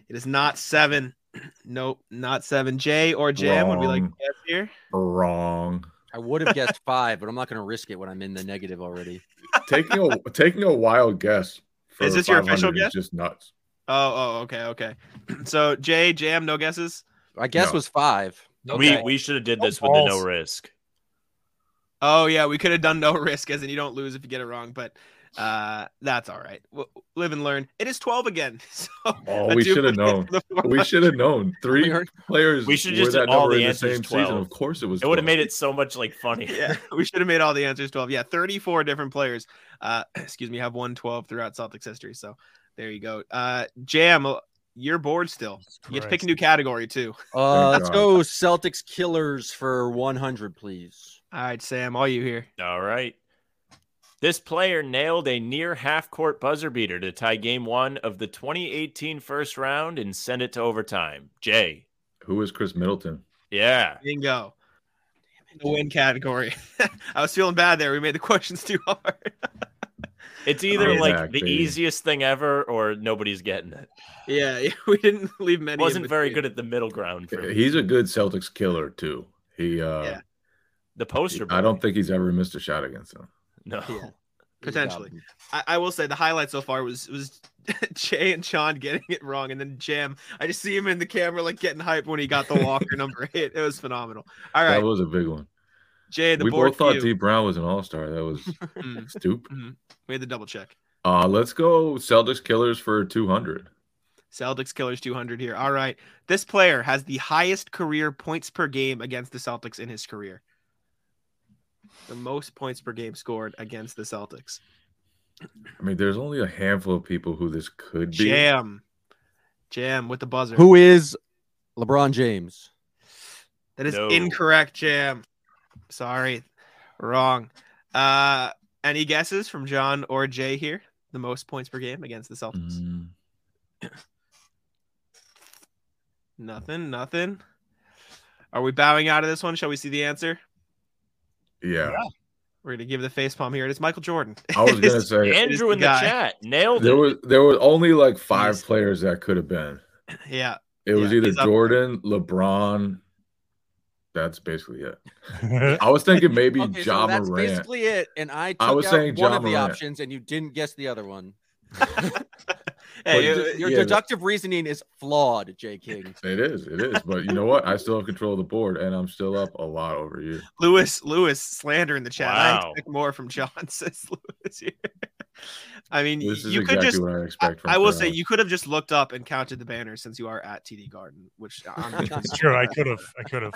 Speaker 3: it is not seven. [CLEARS THROAT] Nope, not seven. Jay or Jam would we like to
Speaker 4: Wrong.
Speaker 3: guess here?
Speaker 4: Wrong.
Speaker 6: I would have [LAUGHS] guessed five, but I'm not gonna risk it when I'm in the negative already.
Speaker 4: taking a taking a wild guess. for
Speaker 3: Is this your
Speaker 4: 500
Speaker 3: official
Speaker 4: is
Speaker 3: guess?
Speaker 4: Just nuts.
Speaker 3: Oh, oh, okay, okay. [CLEARS THROAT] So Jay, Jam, no guesses.
Speaker 6: I guess
Speaker 4: No.
Speaker 6: was five.
Speaker 7: We
Speaker 6: Okay.
Speaker 7: we should have did
Speaker 5: No
Speaker 7: this with the no
Speaker 5: balls.
Speaker 7: risk.
Speaker 3: Oh yeah, we could have done no [LAUGHS] risk, as in you don't lose if you get it wrong. But uh, that's all right. W- live and learn. It is twelve again. [LAUGHS] So
Speaker 4: Oh,
Speaker 3: a [LAUGHS]
Speaker 4: we should have
Speaker 3: duplicate
Speaker 4: known.
Speaker 3: for the four-
Speaker 4: We should
Speaker 3: [LAUGHS]
Speaker 4: have known. Three
Speaker 6: We are-
Speaker 4: players.
Speaker 7: We should've
Speaker 4: were
Speaker 7: just
Speaker 4: that
Speaker 7: did all
Speaker 4: number
Speaker 7: the
Speaker 4: in
Speaker 7: answers
Speaker 4: same
Speaker 7: 12.
Speaker 4: season. Of course, it was.
Speaker 7: It would have
Speaker 4: 12.
Speaker 7: made it so much like funnier.
Speaker 3: yeah, we should have made all the answers twelve. Yeah, thirty-four different players. Uh, [CLEARS THROAT] excuse me, have won twelve throughout Celtics history. So there you go. Uh, Jam, your board still. You get to pick a new category too.
Speaker 6: Uh,
Speaker 4: Thank
Speaker 6: let's
Speaker 4: God.
Speaker 6: go Celtics killers for 100, please.
Speaker 3: All right, Sam, all you here.
Speaker 7: All right. This player nailed a near half court buzzer beater to tie game one of the 2018 first round and send it to overtime. Jay.
Speaker 4: Who is Chris Middleton?
Speaker 7: Yeah.
Speaker 3: Bingo. the win category. [LAUGHS] I was feeling bad there. We made the questions [LAUGHS] too hard.
Speaker 7: It's either
Speaker 4: Throwback,
Speaker 7: like the
Speaker 4: baby.
Speaker 7: easiest thing ever or nobody's getting it.
Speaker 3: yeah, [LAUGHS] yeah, we didn't leave many. in
Speaker 7: Wasn't very
Speaker 3: between.
Speaker 7: good at the middle ground for me.
Speaker 4: He's a good Celtics killer too. He uh
Speaker 3: Yeah.
Speaker 7: the poster.
Speaker 4: I
Speaker 7: boy.
Speaker 4: don't think he's ever missed a shot against them.
Speaker 6: [LAUGHS]
Speaker 7: No.
Speaker 4: [LAUGHS]
Speaker 3: Yeah. Potentially. I, I will say the highlight so far was was [LAUGHS] Jay and Sean getting it wrong, and then Jam. I just see him in the camera like getting hype when he got the [LAUGHS] Walker number hit. It was phenomenal. All right,
Speaker 4: That was a big one.
Speaker 3: Jay, the
Speaker 4: we
Speaker 3: board
Speaker 4: both thought
Speaker 3: for you.
Speaker 4: D Brown was an all star.
Speaker 3: [LAUGHS]
Speaker 4: That was
Speaker 3: Mm,
Speaker 4: stupid.
Speaker 3: we had to double check.
Speaker 4: Uh let's go Celtics killers for two hundred.
Speaker 3: Celtics Killers 200 here. All right, this player has the highest career points per game against the Celtics in his career. The most points per game scored against the Celtics.
Speaker 4: I mean, there's only a handful of people who this could be.
Speaker 3: Jam, Jam with the buzzer.
Speaker 6: Who is LeBron James?
Speaker 3: That is
Speaker 7: No.
Speaker 3: incorrect, Jam. Sorry, wrong. Uh, any guesses from John or Jay here? The most points per game against the Celtics.
Speaker 4: Mm,
Speaker 3: Nothing, nothing. Are we bowing out of this one? Shall we see the answer?
Speaker 4: yeah.
Speaker 3: We're gonna give the face palm here. It is Michael Jordan.
Speaker 4: I
Speaker 3: [LAUGHS]
Speaker 4: was
Speaker 3: It is
Speaker 4: gonna say
Speaker 7: Andrew in the
Speaker 3: Guy.
Speaker 7: chat nailed
Speaker 4: there
Speaker 7: it.
Speaker 4: was there were only like five
Speaker 3: Yes.
Speaker 4: players that could have been.
Speaker 3: Yeah.
Speaker 4: It was
Speaker 3: Yeah,
Speaker 4: either
Speaker 3: he's up there.
Speaker 4: Jordan, LeBron. That's basically it.
Speaker 3: [LAUGHS]
Speaker 4: I was thinking maybe
Speaker 6: Okay,
Speaker 4: Ja
Speaker 6: so that's
Speaker 4: Morant.
Speaker 6: basically it. And I took
Speaker 4: I was
Speaker 6: out
Speaker 4: saying
Speaker 6: one
Speaker 4: Ja
Speaker 6: of the
Speaker 4: Morant.
Speaker 6: options, and you didn't guess the other one.
Speaker 3: Hey, uh,
Speaker 4: Well,
Speaker 3: it-
Speaker 6: Your
Speaker 4: yeah, that-
Speaker 6: deductive reasoning is flawed,
Speaker 4: [LAUGHS]
Speaker 6: J. King.
Speaker 4: It is, it is. But you know what? I still have control of the board, and I'm still up a lot over you.
Speaker 3: Lewis, Lewis slander in the chat. I
Speaker 7: Wow.
Speaker 3: expect more from John, [LAUGHS] says Lewis here. I mean,
Speaker 4: This is
Speaker 3: you could
Speaker 4: exactly
Speaker 3: just
Speaker 4: what I
Speaker 3: I-
Speaker 4: expect from.
Speaker 3: I will say
Speaker 4: Ferraro.
Speaker 3: you could have just looked up and counted the banners since you are at TD Garden, which I'm
Speaker 5: it's true. I could have. I could have.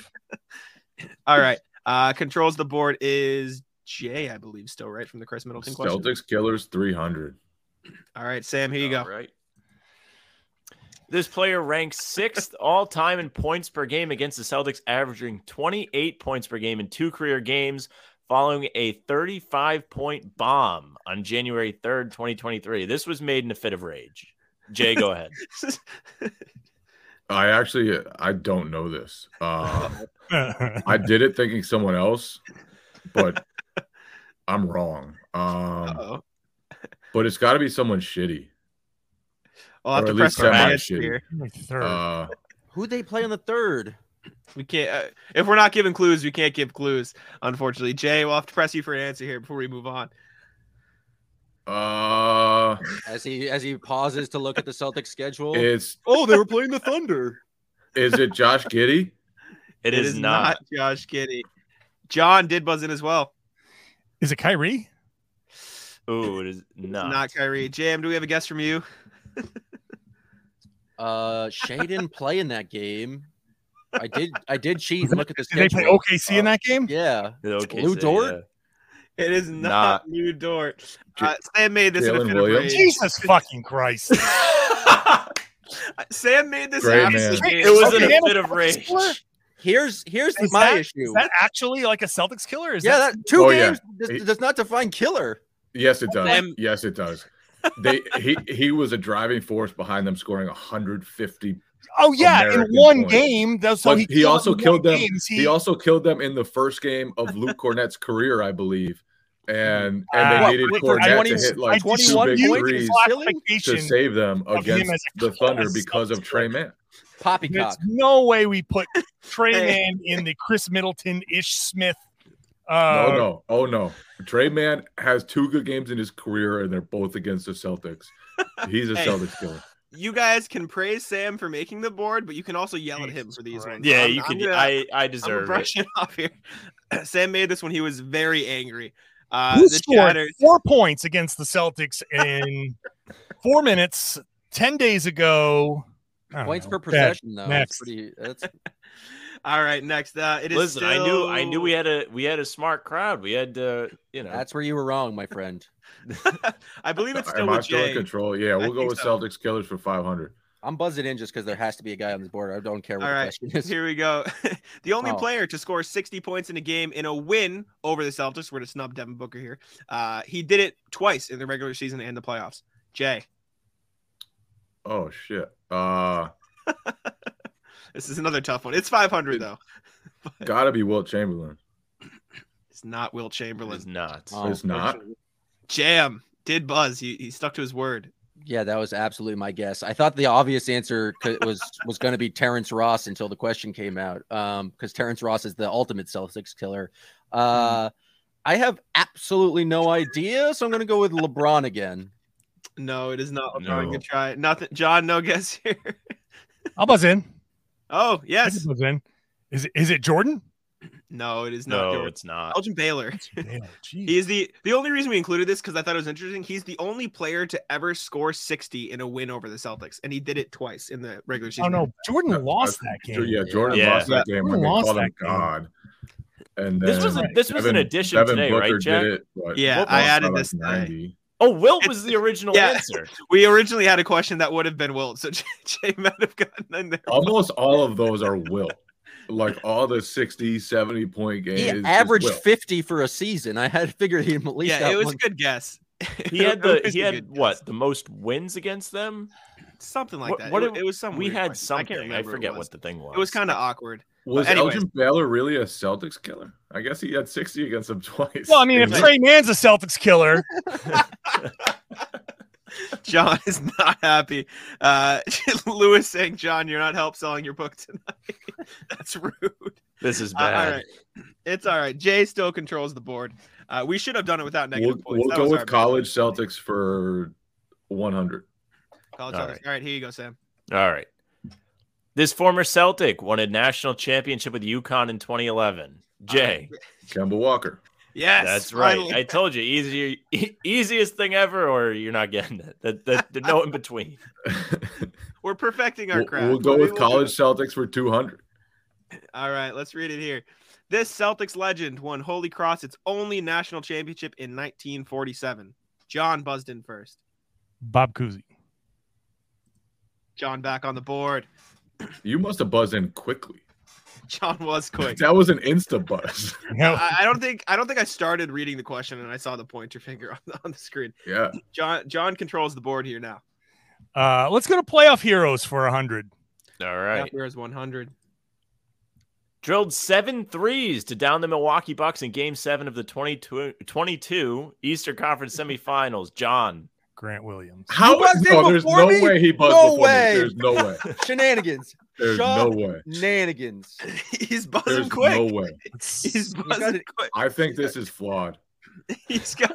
Speaker 3: all right. Uh controls the board is Jay, I believe, still right from the Chris Middleton question.
Speaker 4: Celtics killers 300.
Speaker 3: All right, Sam, here you go.
Speaker 7: All right. This player ranks sixth all time in points per game against the Celtics, averaging 28 points per game in two career games, following a 35 point bomb on January 3rd, 2023. This was made in a fit of rage. Jay, go ahead.
Speaker 4: I actually I don't know this. Uh, I did it thinking someone else, but [LAUGHS] I'm wrong. Um,
Speaker 3: Uh-oh.
Speaker 4: but it's got to be someone shitty.
Speaker 3: I'll have
Speaker 4: Or
Speaker 3: to
Speaker 4: at
Speaker 3: press
Speaker 4: least
Speaker 3: the
Speaker 4: semi
Speaker 3: answer
Speaker 4: shitty.
Speaker 3: here.
Speaker 5: [LAUGHS] Third.
Speaker 4: Uh,
Speaker 6: Who they play on the third?
Speaker 3: We can't uh, if we're not giving clues, we can't give clues, unfortunately. Jay, we'll have to press you for an answer here before we move on.
Speaker 4: uh,
Speaker 6: As he as he pauses to look at the Celtics schedule.
Speaker 4: it's
Speaker 6: oh, they were playing the Thunder.
Speaker 4: is it Josh Giddy?
Speaker 7: it is, not.
Speaker 3: Josh Kitty. John did buzz in as well.
Speaker 5: Is it Kyrie?
Speaker 7: Ooh, it is not.
Speaker 3: Not Kyrie. Jam, do we have a guess from you?
Speaker 6: Uh, Shay didn't play in that game. I did. I did cheat and look at the
Speaker 5: Did they play
Speaker 6: schedule.
Speaker 5: OKC in that game?
Speaker 6: Yeah.
Speaker 7: Okay,
Speaker 6: Lou
Speaker 7: so,
Speaker 6: Dort?
Speaker 7: yeah.
Speaker 3: It is not, Lou Dort. Uh, Sam made this in a
Speaker 4: Jalen
Speaker 3: fit of
Speaker 4: Williams?
Speaker 3: rage.
Speaker 5: Jesus fucking Christ!
Speaker 3: [LAUGHS] Sam made this
Speaker 4: Great
Speaker 3: after
Speaker 4: man.
Speaker 3: the game.
Speaker 7: It was in
Speaker 5: Okay,
Speaker 7: a
Speaker 5: Anna,
Speaker 7: fit of rage.
Speaker 5: score?
Speaker 6: Here's here's
Speaker 5: Is
Speaker 6: my
Speaker 5: that-
Speaker 6: issue.
Speaker 5: Is that actually like a Celtics killer? Is
Speaker 6: yeah,
Speaker 5: that
Speaker 6: that, two
Speaker 4: Oh, yeah.
Speaker 6: games does,
Speaker 4: He-
Speaker 6: does not define killer.
Speaker 4: Yes, it does.
Speaker 3: Them-
Speaker 4: Yes, it does. They he he was a driving force behind them scoring 150.
Speaker 5: Oh yeah,
Speaker 4: American
Speaker 5: in one
Speaker 4: point.
Speaker 5: game. That's so
Speaker 4: But he
Speaker 5: killed
Speaker 4: also
Speaker 5: in one
Speaker 4: killed them-
Speaker 5: games. He,
Speaker 4: He also killed them in the first game of Luke Cornett's career, I believe. And and they
Speaker 5: Wow.
Speaker 4: needed
Speaker 5: What,
Speaker 4: Cornette
Speaker 5: twenty-
Speaker 4: to hit like
Speaker 5: I
Speaker 4: two
Speaker 5: dispute
Speaker 4: big
Speaker 5: you
Speaker 6: points?
Speaker 4: threes
Speaker 5: for
Speaker 6: Really?
Speaker 4: to
Speaker 5: classification.
Speaker 4: save them
Speaker 5: him
Speaker 4: against
Speaker 5: as a
Speaker 4: the Thunder
Speaker 5: class
Speaker 4: because of
Speaker 5: Celtics
Speaker 4: Trey
Speaker 5: player.
Speaker 4: Man.
Speaker 6: Poppycock.
Speaker 5: There's no way we put Trey
Speaker 3: Hey.
Speaker 5: Man in the Chris Middleton ish Smith.
Speaker 4: No,
Speaker 7: Um,
Speaker 5: Uh,
Speaker 4: no, oh no. Trey Man has two good games in his career, and they're both against the Celtics. He's a
Speaker 3: Hey.
Speaker 4: Celtics
Speaker 7: [LAUGHS]
Speaker 4: killer.
Speaker 3: You guys can praise Sam for making the board, but you can also yell at him
Speaker 5: Jesus
Speaker 3: for these
Speaker 5: Christ.
Speaker 3: ones.
Speaker 7: Yeah,
Speaker 3: I'm-
Speaker 7: you
Speaker 3: I'm
Speaker 7: could.
Speaker 3: gonna-
Speaker 7: I, I
Speaker 3: I'm gonna
Speaker 7: deserve it.
Speaker 3: brush it off here. [CLEARS THROAT] Sam made this when he was very angry. Uh,
Speaker 5: who
Speaker 3: the
Speaker 5: scored
Speaker 3: chatter-
Speaker 5: four points against the Celtics in four minutes ten days ago? I don't
Speaker 6: Points
Speaker 5: know.
Speaker 6: per
Speaker 5: Yeah.
Speaker 6: possession, though.
Speaker 5: next.
Speaker 6: That's pretty. That's
Speaker 3: All right, next. Uh, it is
Speaker 7: Listen, I knew I knew
Speaker 3: still-
Speaker 7: we had a we had a smart crowd. We had uh, you know
Speaker 6: that's where you were wrong, my friend.
Speaker 3: [LAUGHS] I believe it's still
Speaker 4: Am I
Speaker 3: with
Speaker 4: still in
Speaker 3: Jay.
Speaker 4: control? Yeah, we'll go
Speaker 3: think
Speaker 4: with
Speaker 3: so.
Speaker 4: Celtics killers for 500.
Speaker 6: I'm buzzing in just because there has to be a guy on this board. I don't care what
Speaker 3: All
Speaker 6: the
Speaker 3: right.
Speaker 6: question is.
Speaker 3: Here we go. [LAUGHS] the only
Speaker 6: Oh.
Speaker 3: player to score 60 points in a game in a win over the Celtics, we're to snub Devin Booker here. Uh, he did it twice in the regular season and the playoffs. Jay,
Speaker 4: Oh shit.
Speaker 7: [LAUGHS]
Speaker 4: Uh
Speaker 3: this is another tough one. It's 500 though.
Speaker 4: gotta be Wilt Chamberlain.
Speaker 3: It's not Will Chamberlain.
Speaker 7: It's not.
Speaker 6: Oh,
Speaker 4: It's not.
Speaker 3: Jam did buzz. He, he stuck to his word.
Speaker 6: Yeah, that was absolutely my guess. I thought the obvious answer co-
Speaker 3: [LAUGHS]
Speaker 6: was was going to be Terrence Ross until the question came out, because Terrence Ross is the ultimate Celtics killer.
Speaker 3: Mm-hmm.
Speaker 6: Uh, I have absolutely no idea, so I'm going to go with LeBron again.
Speaker 3: No, it is not LeBron.
Speaker 4: No.
Speaker 3: Good try. Nothing. John, no guess [LAUGHS] here.
Speaker 5: I'll buzz in.
Speaker 3: Oh,
Speaker 5: I can
Speaker 3: yes.
Speaker 5: buzz in. Is it, is it Jordan?
Speaker 3: No, it is not.
Speaker 7: No,
Speaker 3: Jordan.
Speaker 7: it's not. Oh,
Speaker 3: Elgin Baylor.
Speaker 5: Damn, geez.
Speaker 3: He is the the only reason we included this because I thought it was interesting. He's the only player to ever score 60 in a win over the Celtics, and he did it twice in the regular
Speaker 5: oh
Speaker 3: season.
Speaker 5: no, Jordan
Speaker 4: No,
Speaker 5: lost that game.
Speaker 4: Yeah, Jordan
Speaker 7: Yeah.
Speaker 4: lost that game
Speaker 5: Jordan
Speaker 4: when they
Speaker 5: lost
Speaker 4: called
Speaker 5: that
Speaker 4: him
Speaker 5: game.
Speaker 4: God. And
Speaker 7: This
Speaker 4: then
Speaker 7: was a- this was an
Speaker 4: Devin-
Speaker 7: addition
Speaker 4: Devin
Speaker 7: today,
Speaker 4: Booker
Speaker 7: right, Jack?
Speaker 4: did it, but
Speaker 3: Yeah,
Speaker 4: Wilt
Speaker 3: I
Speaker 4: lost by,
Speaker 3: added
Speaker 4: like,
Speaker 3: this today.
Speaker 4: 90.
Speaker 7: Oh, Wilt was the original
Speaker 3: Yeah.
Speaker 7: answer.
Speaker 3: [LAUGHS] We originally had a question that would have been Wilt, so [LAUGHS] Jay, Jay might have gotten in there.
Speaker 4: Almost all of those are Wilt. Like all the 60, 70 point games.
Speaker 6: He
Speaker 4: is
Speaker 6: averaged
Speaker 4: Wilt.
Speaker 6: 50 for a season. I had figured he at least
Speaker 3: yeah,
Speaker 6: got
Speaker 3: it was
Speaker 6: one-
Speaker 3: a good guess. [LAUGHS]
Speaker 7: He
Speaker 3: It
Speaker 7: had
Speaker 3: was
Speaker 7: the he
Speaker 3: a
Speaker 7: had
Speaker 3: good guess.
Speaker 7: what the most wins against them.
Speaker 3: something like
Speaker 7: What-
Speaker 3: that.
Speaker 7: what
Speaker 3: it,
Speaker 7: it-
Speaker 3: it was something
Speaker 7: we
Speaker 3: weird
Speaker 7: had
Speaker 3: question. I, can't
Speaker 7: something. I,
Speaker 3: remember
Speaker 7: forget
Speaker 3: it was.
Speaker 7: what the thing was.
Speaker 3: It was kind of awkward.
Speaker 4: Was
Speaker 3: Anyways.
Speaker 4: Elgin Baylor really a Celtics killer? I guess he had 60 against them [LAUGHS] twice.
Speaker 5: Well, I mean, if
Speaker 4: Like,
Speaker 5: Trey Man's a Celtics killer,
Speaker 3: John is not happy. Uh, [LAUGHS] Lewis saying, John, you're not help selling your book tonight. [LAUGHS] That's rude.
Speaker 7: This is
Speaker 3: Uh, all
Speaker 7: bad.
Speaker 3: right. It's all right. Jay still controls the board. Uh, we should have done it without
Speaker 4: we'll,
Speaker 3: negative points.
Speaker 4: we'll
Speaker 3: That
Speaker 4: go
Speaker 3: was
Speaker 4: with
Speaker 3: our bad.
Speaker 4: college Celtics for 100.
Speaker 3: College
Speaker 7: All
Speaker 3: Celtics.
Speaker 7: right.
Speaker 3: All right, here you go, Sam.
Speaker 7: All right. This former Celtic won a national championship with UConn in 2011. Jay,
Speaker 4: Kemba Walker.
Speaker 3: Yes,
Speaker 7: that's right.
Speaker 3: finally.
Speaker 7: I told you, easier, [LAUGHS] e- easiest thing ever, or you're not getting it. The, the, the no in
Speaker 3: [LAUGHS]
Speaker 7: between.
Speaker 3: We're perfecting our
Speaker 4: we'll,
Speaker 3: craft.
Speaker 4: we'll go
Speaker 3: Maybe
Speaker 4: with
Speaker 3: do
Speaker 4: college Celtics for 200.
Speaker 3: it. All right, let's read it here. This Celtics legend won Holy Cross its only national championship in 1947. John buzzed in first.
Speaker 5: Bob Cousy.
Speaker 3: John back on the board. [LAUGHS]
Speaker 4: You must have buzzed in quickly. [LAUGHS]
Speaker 3: John was quick.
Speaker 4: That was an insta buzz.
Speaker 5: No,
Speaker 3: I, I don't think I don't think I started reading the question and I saw the pointer finger [LAUGHS] on the, on the screen.
Speaker 4: [LAUGHS] yeah.
Speaker 3: John John controls the board here now.
Speaker 5: uh, let's go to playoff heroes for hundred.
Speaker 7: All right.
Speaker 3: Here is 100.
Speaker 7: Drilled seven threes to down the Milwaukee Bucks in game seven of the 22, 22 Eastern Conference semifinals. John,
Speaker 5: Grant Williams.
Speaker 4: How?
Speaker 6: buzzed in
Speaker 4: No, there's
Speaker 6: before
Speaker 4: no
Speaker 6: me?
Speaker 4: way he buzzed
Speaker 6: No
Speaker 4: before
Speaker 6: way.
Speaker 4: me. There's no way.
Speaker 6: shenanigans.
Speaker 4: There's
Speaker 6: Shut
Speaker 4: no way.
Speaker 6: Nanigans.
Speaker 3: [LAUGHS] uh, He's buzzing
Speaker 4: There's
Speaker 3: quick.
Speaker 4: no way.
Speaker 3: [LAUGHS] He's
Speaker 6: got
Speaker 3: buzzing
Speaker 6: it.
Speaker 3: quick.
Speaker 4: I think this is flawed.
Speaker 3: He's
Speaker 6: [LAUGHS]
Speaker 3: got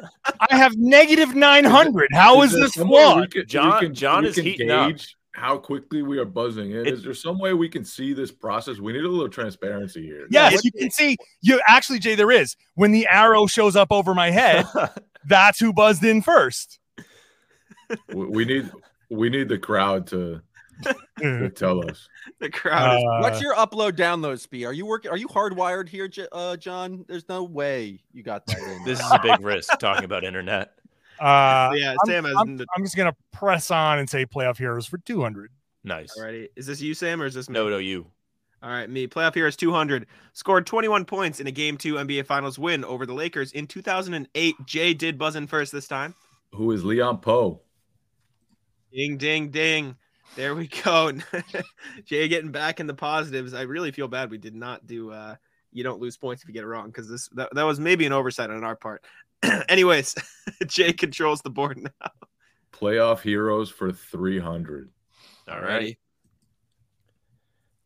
Speaker 5: I have negative nine hundred. How Oh, is
Speaker 4: there
Speaker 5: this
Speaker 4: some way we
Speaker 5: flawed?
Speaker 4: can- we
Speaker 7: John-
Speaker 4: can-
Speaker 7: John
Speaker 4: we
Speaker 7: is
Speaker 4: can
Speaker 7: heating up.
Speaker 4: gauge How quickly we are buzzing in. Is
Speaker 7: It-
Speaker 4: there some way we can see this process? We need a little transparency here.
Speaker 5: Yes, you can see. You actually, Jay, there is. When the arrow shows up over my
Speaker 7: [LAUGHS]
Speaker 5: head, that's who buzzed in first.
Speaker 4: We, we need we need the crowd to,
Speaker 5: [LAUGHS]
Speaker 4: to tell us.
Speaker 3: the
Speaker 5: Uh,
Speaker 3: crowd. is-
Speaker 6: What's your upload download speed? Are you working? Are you hardwired here, J- uh, John? There's no way you got that in.
Speaker 7: this is a big risk talking about internet.
Speaker 5: Uh,
Speaker 3: yeah, Sam has
Speaker 6: [LAUGHS]
Speaker 3: the
Speaker 5: I'm just gonna press on and say playoff heroes for 200.
Speaker 7: Nice.
Speaker 3: Alrighty. Is this you, Sam, or is this me?
Speaker 7: No, no, you.
Speaker 3: All right, me. Playoff here is 200. Scored 21 points in a Game 2 NBA Finals win over the Lakers in 2008. Jay did buzz in first this time.
Speaker 4: Who is Leon Poe?
Speaker 3: Ding, ding, ding. There we go. [LAUGHS] Jay getting back in the positives. I really feel bad we did not do uh you don't lose points if you get it wrong because this that, that was maybe an oversight on our part. [CLEARS THROAT] Anyways, [LAUGHS] Jay controls the board now.
Speaker 4: Playoff heroes for 300.
Speaker 7: All right.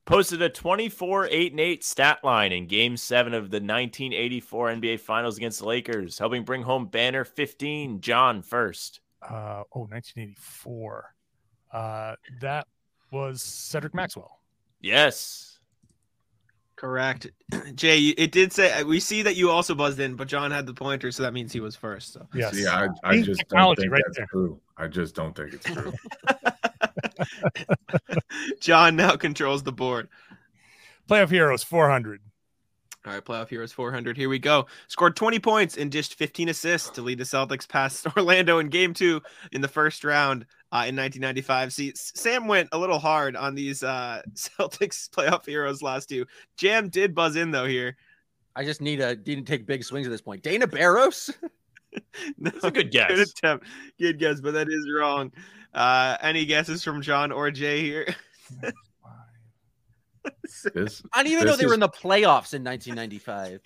Speaker 7: Posted a 24 8 and 8 stat line in game seven of the 1984 NBA Finals against the Lakers, helping bring home banner 15. John first.
Speaker 5: Uh, oh, 1984. Uh, that was Cedric Maxwell.
Speaker 7: Yes.
Speaker 3: Correct. [CLEARS THROAT] Jay, you- it did say we see that you also buzzed in, but John had the pointer, so that means he was first. So [LAUGHS]
Speaker 5: Yes.
Speaker 4: See, I, I
Speaker 5: Big
Speaker 4: just don't
Speaker 5: technology
Speaker 4: think
Speaker 5: right
Speaker 4: that's
Speaker 5: there.
Speaker 4: true. I just don't think
Speaker 5: [LAUGHS]
Speaker 4: it's true.
Speaker 3: John now controls the board.
Speaker 5: Playoff heroes 400.
Speaker 3: All right, playoff heroes 400. Here we go. Scored 20 points and dished 15 assists to lead the Celtics past [LAUGHS] Orlando in Game Two in the first round uh, in 1995. See, S- Sam went a little hard on these uh, [LAUGHS] Celtics playoff heroes last two. Jam did buzz in though here. [LAUGHS]
Speaker 6: I just need a didn't take big swings at this point. Dana Barros.
Speaker 3: That's
Speaker 7: a good guess.
Speaker 3: [LAUGHS] Good attempt. Good guess, but that is wrong. Uh, any guesses from John or Jay here? [LAUGHS]
Speaker 4: This
Speaker 6: I didn't even
Speaker 4: This
Speaker 6: know they were
Speaker 4: is-
Speaker 6: in the playoffs in 1995.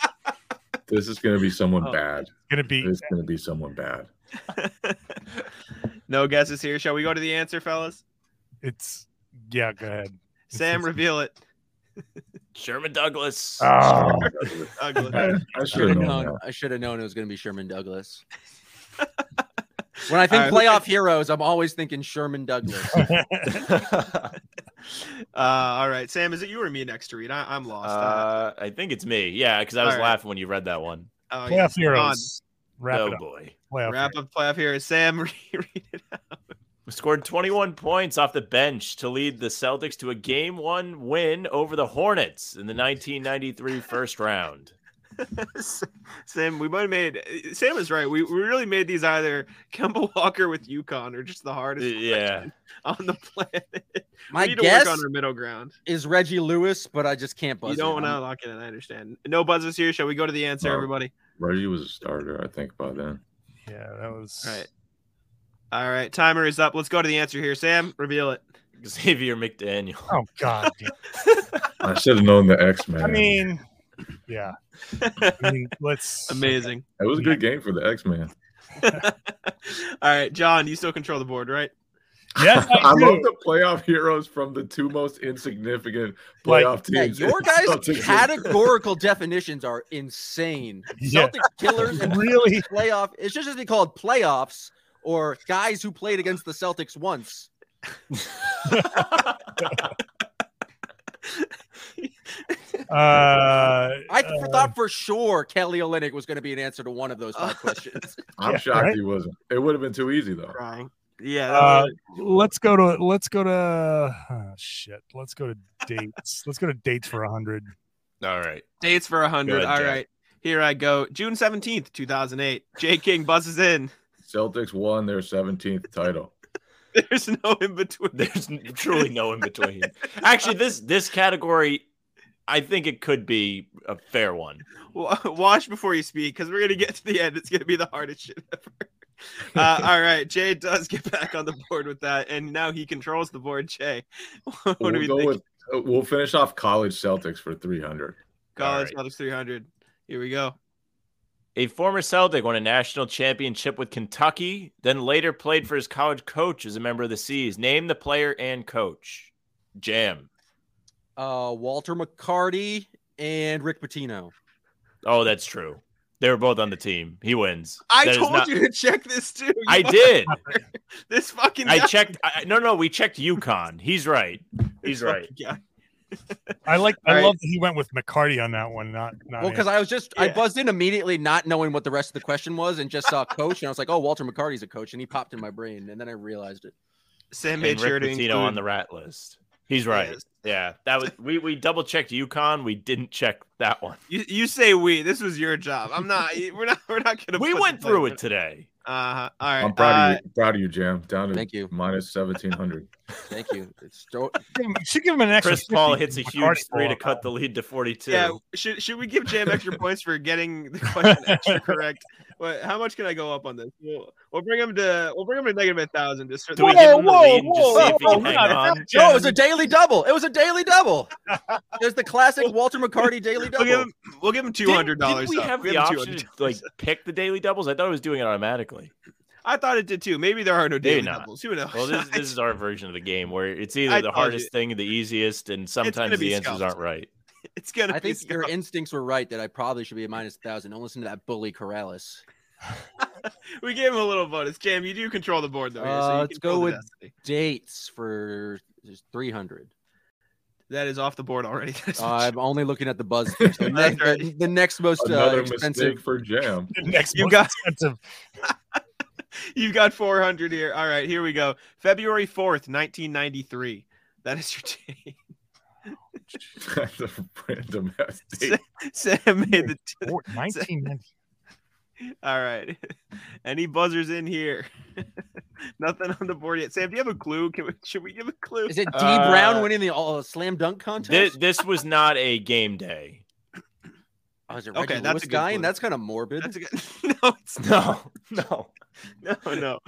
Speaker 4: This is going to be someone
Speaker 7: Oh.
Speaker 4: bad.
Speaker 5: gonna be
Speaker 4: It's going to be someone
Speaker 5: [LAUGHS]
Speaker 4: bad.
Speaker 3: no guesses here. Shall we go to the answer, fellas?
Speaker 5: it's yeah. Go ahead.
Speaker 7: [LAUGHS]
Speaker 3: Sam, reveal it. [LAUGHS]
Speaker 7: Sherman Douglas.
Speaker 5: [LAUGHS]
Speaker 7: [LAUGHS]
Speaker 5: Oh,
Speaker 3: Ugly.
Speaker 4: I, I should
Speaker 6: Should
Speaker 4: have
Speaker 6: have
Speaker 4: known.
Speaker 6: known.
Speaker 4: that.
Speaker 6: I should have known it was going to be Sherman Douglas. when I think
Speaker 3: All right,
Speaker 6: playoff heroes, I'm always thinking Sherman Douglas.
Speaker 3: [LAUGHS] uh, all right, Sam, is it you or me next to read? I, I'm lost. Uh,
Speaker 7: Uh, I think it's me. Yeah, because I was
Speaker 3: All right.
Speaker 7: laughing when you read that one.
Speaker 3: oh,
Speaker 5: playoff
Speaker 3: yes.
Speaker 5: heroes. Wrap
Speaker 7: oh
Speaker 5: it up.
Speaker 7: boy,
Speaker 5: Playoff
Speaker 3: On. Wrap up playoff here. Sam, [LAUGHS] read it.
Speaker 7: We scored 21 points off the bench to lead the Celtics to a game one win over the Hornets in the 1993 first
Speaker 5: [LAUGHS]
Speaker 7: round.
Speaker 3: Sam, we might have made. Sam is right. We, we really made these either Kemba Walker with UConn or just the hardest
Speaker 7: Yeah,
Speaker 3: [LAUGHS] on the planet.
Speaker 6: My
Speaker 3: we need
Speaker 6: guess
Speaker 3: to work on our middle ground.
Speaker 6: is Reggie Lewis, but I just can't buzz.
Speaker 3: You
Speaker 6: it.
Speaker 3: don't want to
Speaker 6: I'm-
Speaker 3: lock it in. I understand. No buzzers here. Shall we go to the answer,
Speaker 4: No.
Speaker 3: everybody?
Speaker 4: Reggie was a starter, I think, by then.
Speaker 5: Yeah, that was
Speaker 3: All right. All right. Timer is up. Let's go to the answer here. Sam, reveal it.
Speaker 7: Xavier McDaniel.
Speaker 5: [LAUGHS] Oh God. dude.
Speaker 4: I should have known the X Men.
Speaker 5: I mean, yeah. I mean, let's.
Speaker 3: Amazing.
Speaker 4: it was a good game for the X Men.
Speaker 3: [LAUGHS] All right, John, you still control the board, right?
Speaker 5: Yes, I,
Speaker 4: [LAUGHS] I
Speaker 5: do.
Speaker 4: love the playoff heroes from the two most insignificant
Speaker 5: Like-
Speaker 4: playoff
Speaker 6: Yeah,
Speaker 4: teams.
Speaker 6: your
Speaker 4: in
Speaker 6: guys'
Speaker 4: Celtics history.
Speaker 6: categorical definitions are insane.
Speaker 5: Yeah.
Speaker 6: Celtics killers and
Speaker 5: really.
Speaker 6: [LAUGHS] playoff. It should just be called playoffs or guys who played against the Celtics once.
Speaker 5: Uh,
Speaker 6: I th- thought for sure Kelly Olynyk was going to be an answer to one of
Speaker 3: [LAUGHS]
Speaker 6: those five questions.
Speaker 4: I'm
Speaker 5: Yeah,
Speaker 4: shocked
Speaker 5: right?
Speaker 4: he wasn't. It would have been too easy though.
Speaker 3: Wrong. Yeah. that
Speaker 5: Uh,
Speaker 3: was
Speaker 5: let's go to let's go to oh, shit. Let's go to dates. let's go to dates for a hundred.
Speaker 7: All right.
Speaker 3: it. dates for 100.
Speaker 7: Good,
Speaker 3: All
Speaker 7: Jack.
Speaker 3: right. Here I go. June 17th, 2008. Jay King buzzes in. [LAUGHS]
Speaker 4: Celtics won their 17th title.
Speaker 3: There's no in between.
Speaker 7: [LAUGHS] There's n- truly no in between. Actually, this this category, I think it could be a fair one.
Speaker 3: [LAUGHS] Wa- Wash before you speak because we're going to get to the end. It's going to be the hardest shit [LAUGHS] ever.
Speaker 7: [LAUGHS]
Speaker 3: Uh, all right. Jay does get back on the board with that. And now he controls the board. Jay, [LAUGHS] what do
Speaker 4: we'll
Speaker 3: we
Speaker 4: go
Speaker 3: think?
Speaker 4: with. uh, We'll finish off college Celtics for 300.
Speaker 3: College
Speaker 7: All
Speaker 3: Celtics 300. Here we go.
Speaker 7: A former Celtic won a national championship with Kentucky, then later played for his college coach as a member of the Seas. Name the player and coach. Jam.
Speaker 6: Uh, Walter McCarty and Rick Pitino.
Speaker 7: Oh, that's true. They were both on the team. He wins.
Speaker 3: I
Speaker 7: That is
Speaker 3: told
Speaker 7: not-
Speaker 3: you to check this too. You
Speaker 7: I did.
Speaker 3: This fucking [LAUGHS]
Speaker 7: I
Speaker 3: guy-
Speaker 7: checked. I, no, no, we checked UConn. He's right. He's
Speaker 3: this
Speaker 7: right.
Speaker 3: fucking guy.
Speaker 5: I like.
Speaker 3: All
Speaker 5: I
Speaker 3: right.
Speaker 5: love that he went with McCarty on that one. Not not.
Speaker 6: Well, because I was just I
Speaker 3: Yeah.
Speaker 6: buzzed in immediately, not knowing what the rest of the question was, and just saw coach, and I was like, "Oh, Walter McCarty's a coach," and he popped in my brain, and then I realized it.
Speaker 3: Sam
Speaker 7: And
Speaker 3: made
Speaker 7: Rick
Speaker 3: sure to
Speaker 7: Pitino
Speaker 3: include
Speaker 7: on the rat list. He's right.
Speaker 3: Yes.
Speaker 7: Yeah, that was we we double checked UConn. We didn't check that one.
Speaker 3: You, you say we. This was your job. I'm not. We're not. [LAUGHS] We're not gonna.
Speaker 7: We
Speaker 3: put
Speaker 7: went
Speaker 3: the
Speaker 7: through
Speaker 3: blame
Speaker 7: it today.
Speaker 3: on- Uh-huh. All right.
Speaker 4: I'm proud
Speaker 3: uh,
Speaker 4: of you. Proud of you, Jam. Down to
Speaker 6: Thank you.
Speaker 4: minus 1700.
Speaker 6: Thank you. It's
Speaker 3: [LAUGHS]
Speaker 6: so-
Speaker 5: You should give him an extra.
Speaker 7: Chris Paul
Speaker 5: 50.
Speaker 7: hits a
Speaker 5: McCarty
Speaker 7: huge three to
Speaker 5: ball.
Speaker 7: cut the lead to forty-two.
Speaker 3: Yeah. Should Should we give Jam extra points for getting the question extra
Speaker 7: [LAUGHS]
Speaker 3: correct? What, how much can I go up on this? We'll, we'll bring him to. We'll bring him to negative a thousand. Just for
Speaker 7: Do we
Speaker 5: Whoa,
Speaker 7: give him the
Speaker 5: whoa,
Speaker 7: lead and just see if he
Speaker 5: whoa,
Speaker 7: can hang
Speaker 5: whoa,
Speaker 7: on?
Speaker 6: No, oh, it was a daily double. It was a
Speaker 3: [LAUGHS]
Speaker 6: daily double. There's the classic Walter McCarty daily
Speaker 3: We'll give
Speaker 6: double.
Speaker 3: him. We'll give him two
Speaker 7: Didn't-
Speaker 3: hundred dollars.
Speaker 7: didn't We have the option to like pick the daily doubles. I thought it was doing it automatically.
Speaker 3: I thought it did too. Maybe there are no daily
Speaker 7: not.
Speaker 3: doubles. Who knows?
Speaker 7: Well,
Speaker 3: [LAUGHS]
Speaker 7: this, this is our version of the game where it's either
Speaker 3: I
Speaker 7: the
Speaker 3: told
Speaker 7: hardest
Speaker 3: you.
Speaker 7: thing, the easiest, and
Speaker 3: gonna
Speaker 7: sometimes
Speaker 3: be
Speaker 7: the answers
Speaker 3: scuffed.
Speaker 7: aren't right.
Speaker 3: it's gonna
Speaker 6: I
Speaker 3: be.
Speaker 6: think your instincts were right that I probably should be a minus thousand. Don't listen to that bully Corrales.
Speaker 3: We gave him a little bonus. Jam, you do control the board though. here,
Speaker 6: Uh,
Speaker 3: so you
Speaker 6: let's
Speaker 3: control
Speaker 6: go
Speaker 3: the
Speaker 6: with-
Speaker 3: destiny.
Speaker 6: Dates for
Speaker 3: [LAUGHS]
Speaker 6: three hundred.
Speaker 3: That is off the board already. [LAUGHS] That is-
Speaker 6: I'm only looking at the buzz. The,
Speaker 3: [LAUGHS] That's
Speaker 6: next- the-
Speaker 3: right.
Speaker 6: the next most uh,
Speaker 4: Another
Speaker 6: expensive.
Speaker 4: mistake for Jam. [LAUGHS]
Speaker 5: Next,
Speaker 3: You
Speaker 5: most
Speaker 3: got-
Speaker 5: expensive.
Speaker 3: [LAUGHS] You've got 400 here. All right, here we go. February 4th, 1993. That is your [LAUGHS] date.
Speaker 4: That's a random ass date.
Speaker 3: Sam made the.
Speaker 5: Fort- 1990.
Speaker 3: All right. [LAUGHS] Any buzzers in here? [LAUGHS] Nothing on the board yet. Sam, do you have a clue? Can we, should we give a clue?
Speaker 6: Is it D
Speaker 7: Uh,
Speaker 6: Brown winning the all slam dunk contest?
Speaker 7: This, this was not a game day.
Speaker 6: oh, is it
Speaker 3: okay,
Speaker 6: Reggie
Speaker 3: that's a
Speaker 6: Lewis
Speaker 3: good
Speaker 6: guy?
Speaker 3: clue.
Speaker 6: And that's kind of morbid.
Speaker 3: That's a good... [LAUGHS] [LAUGHS] No, it's
Speaker 7: No, no.
Speaker 3: no, no.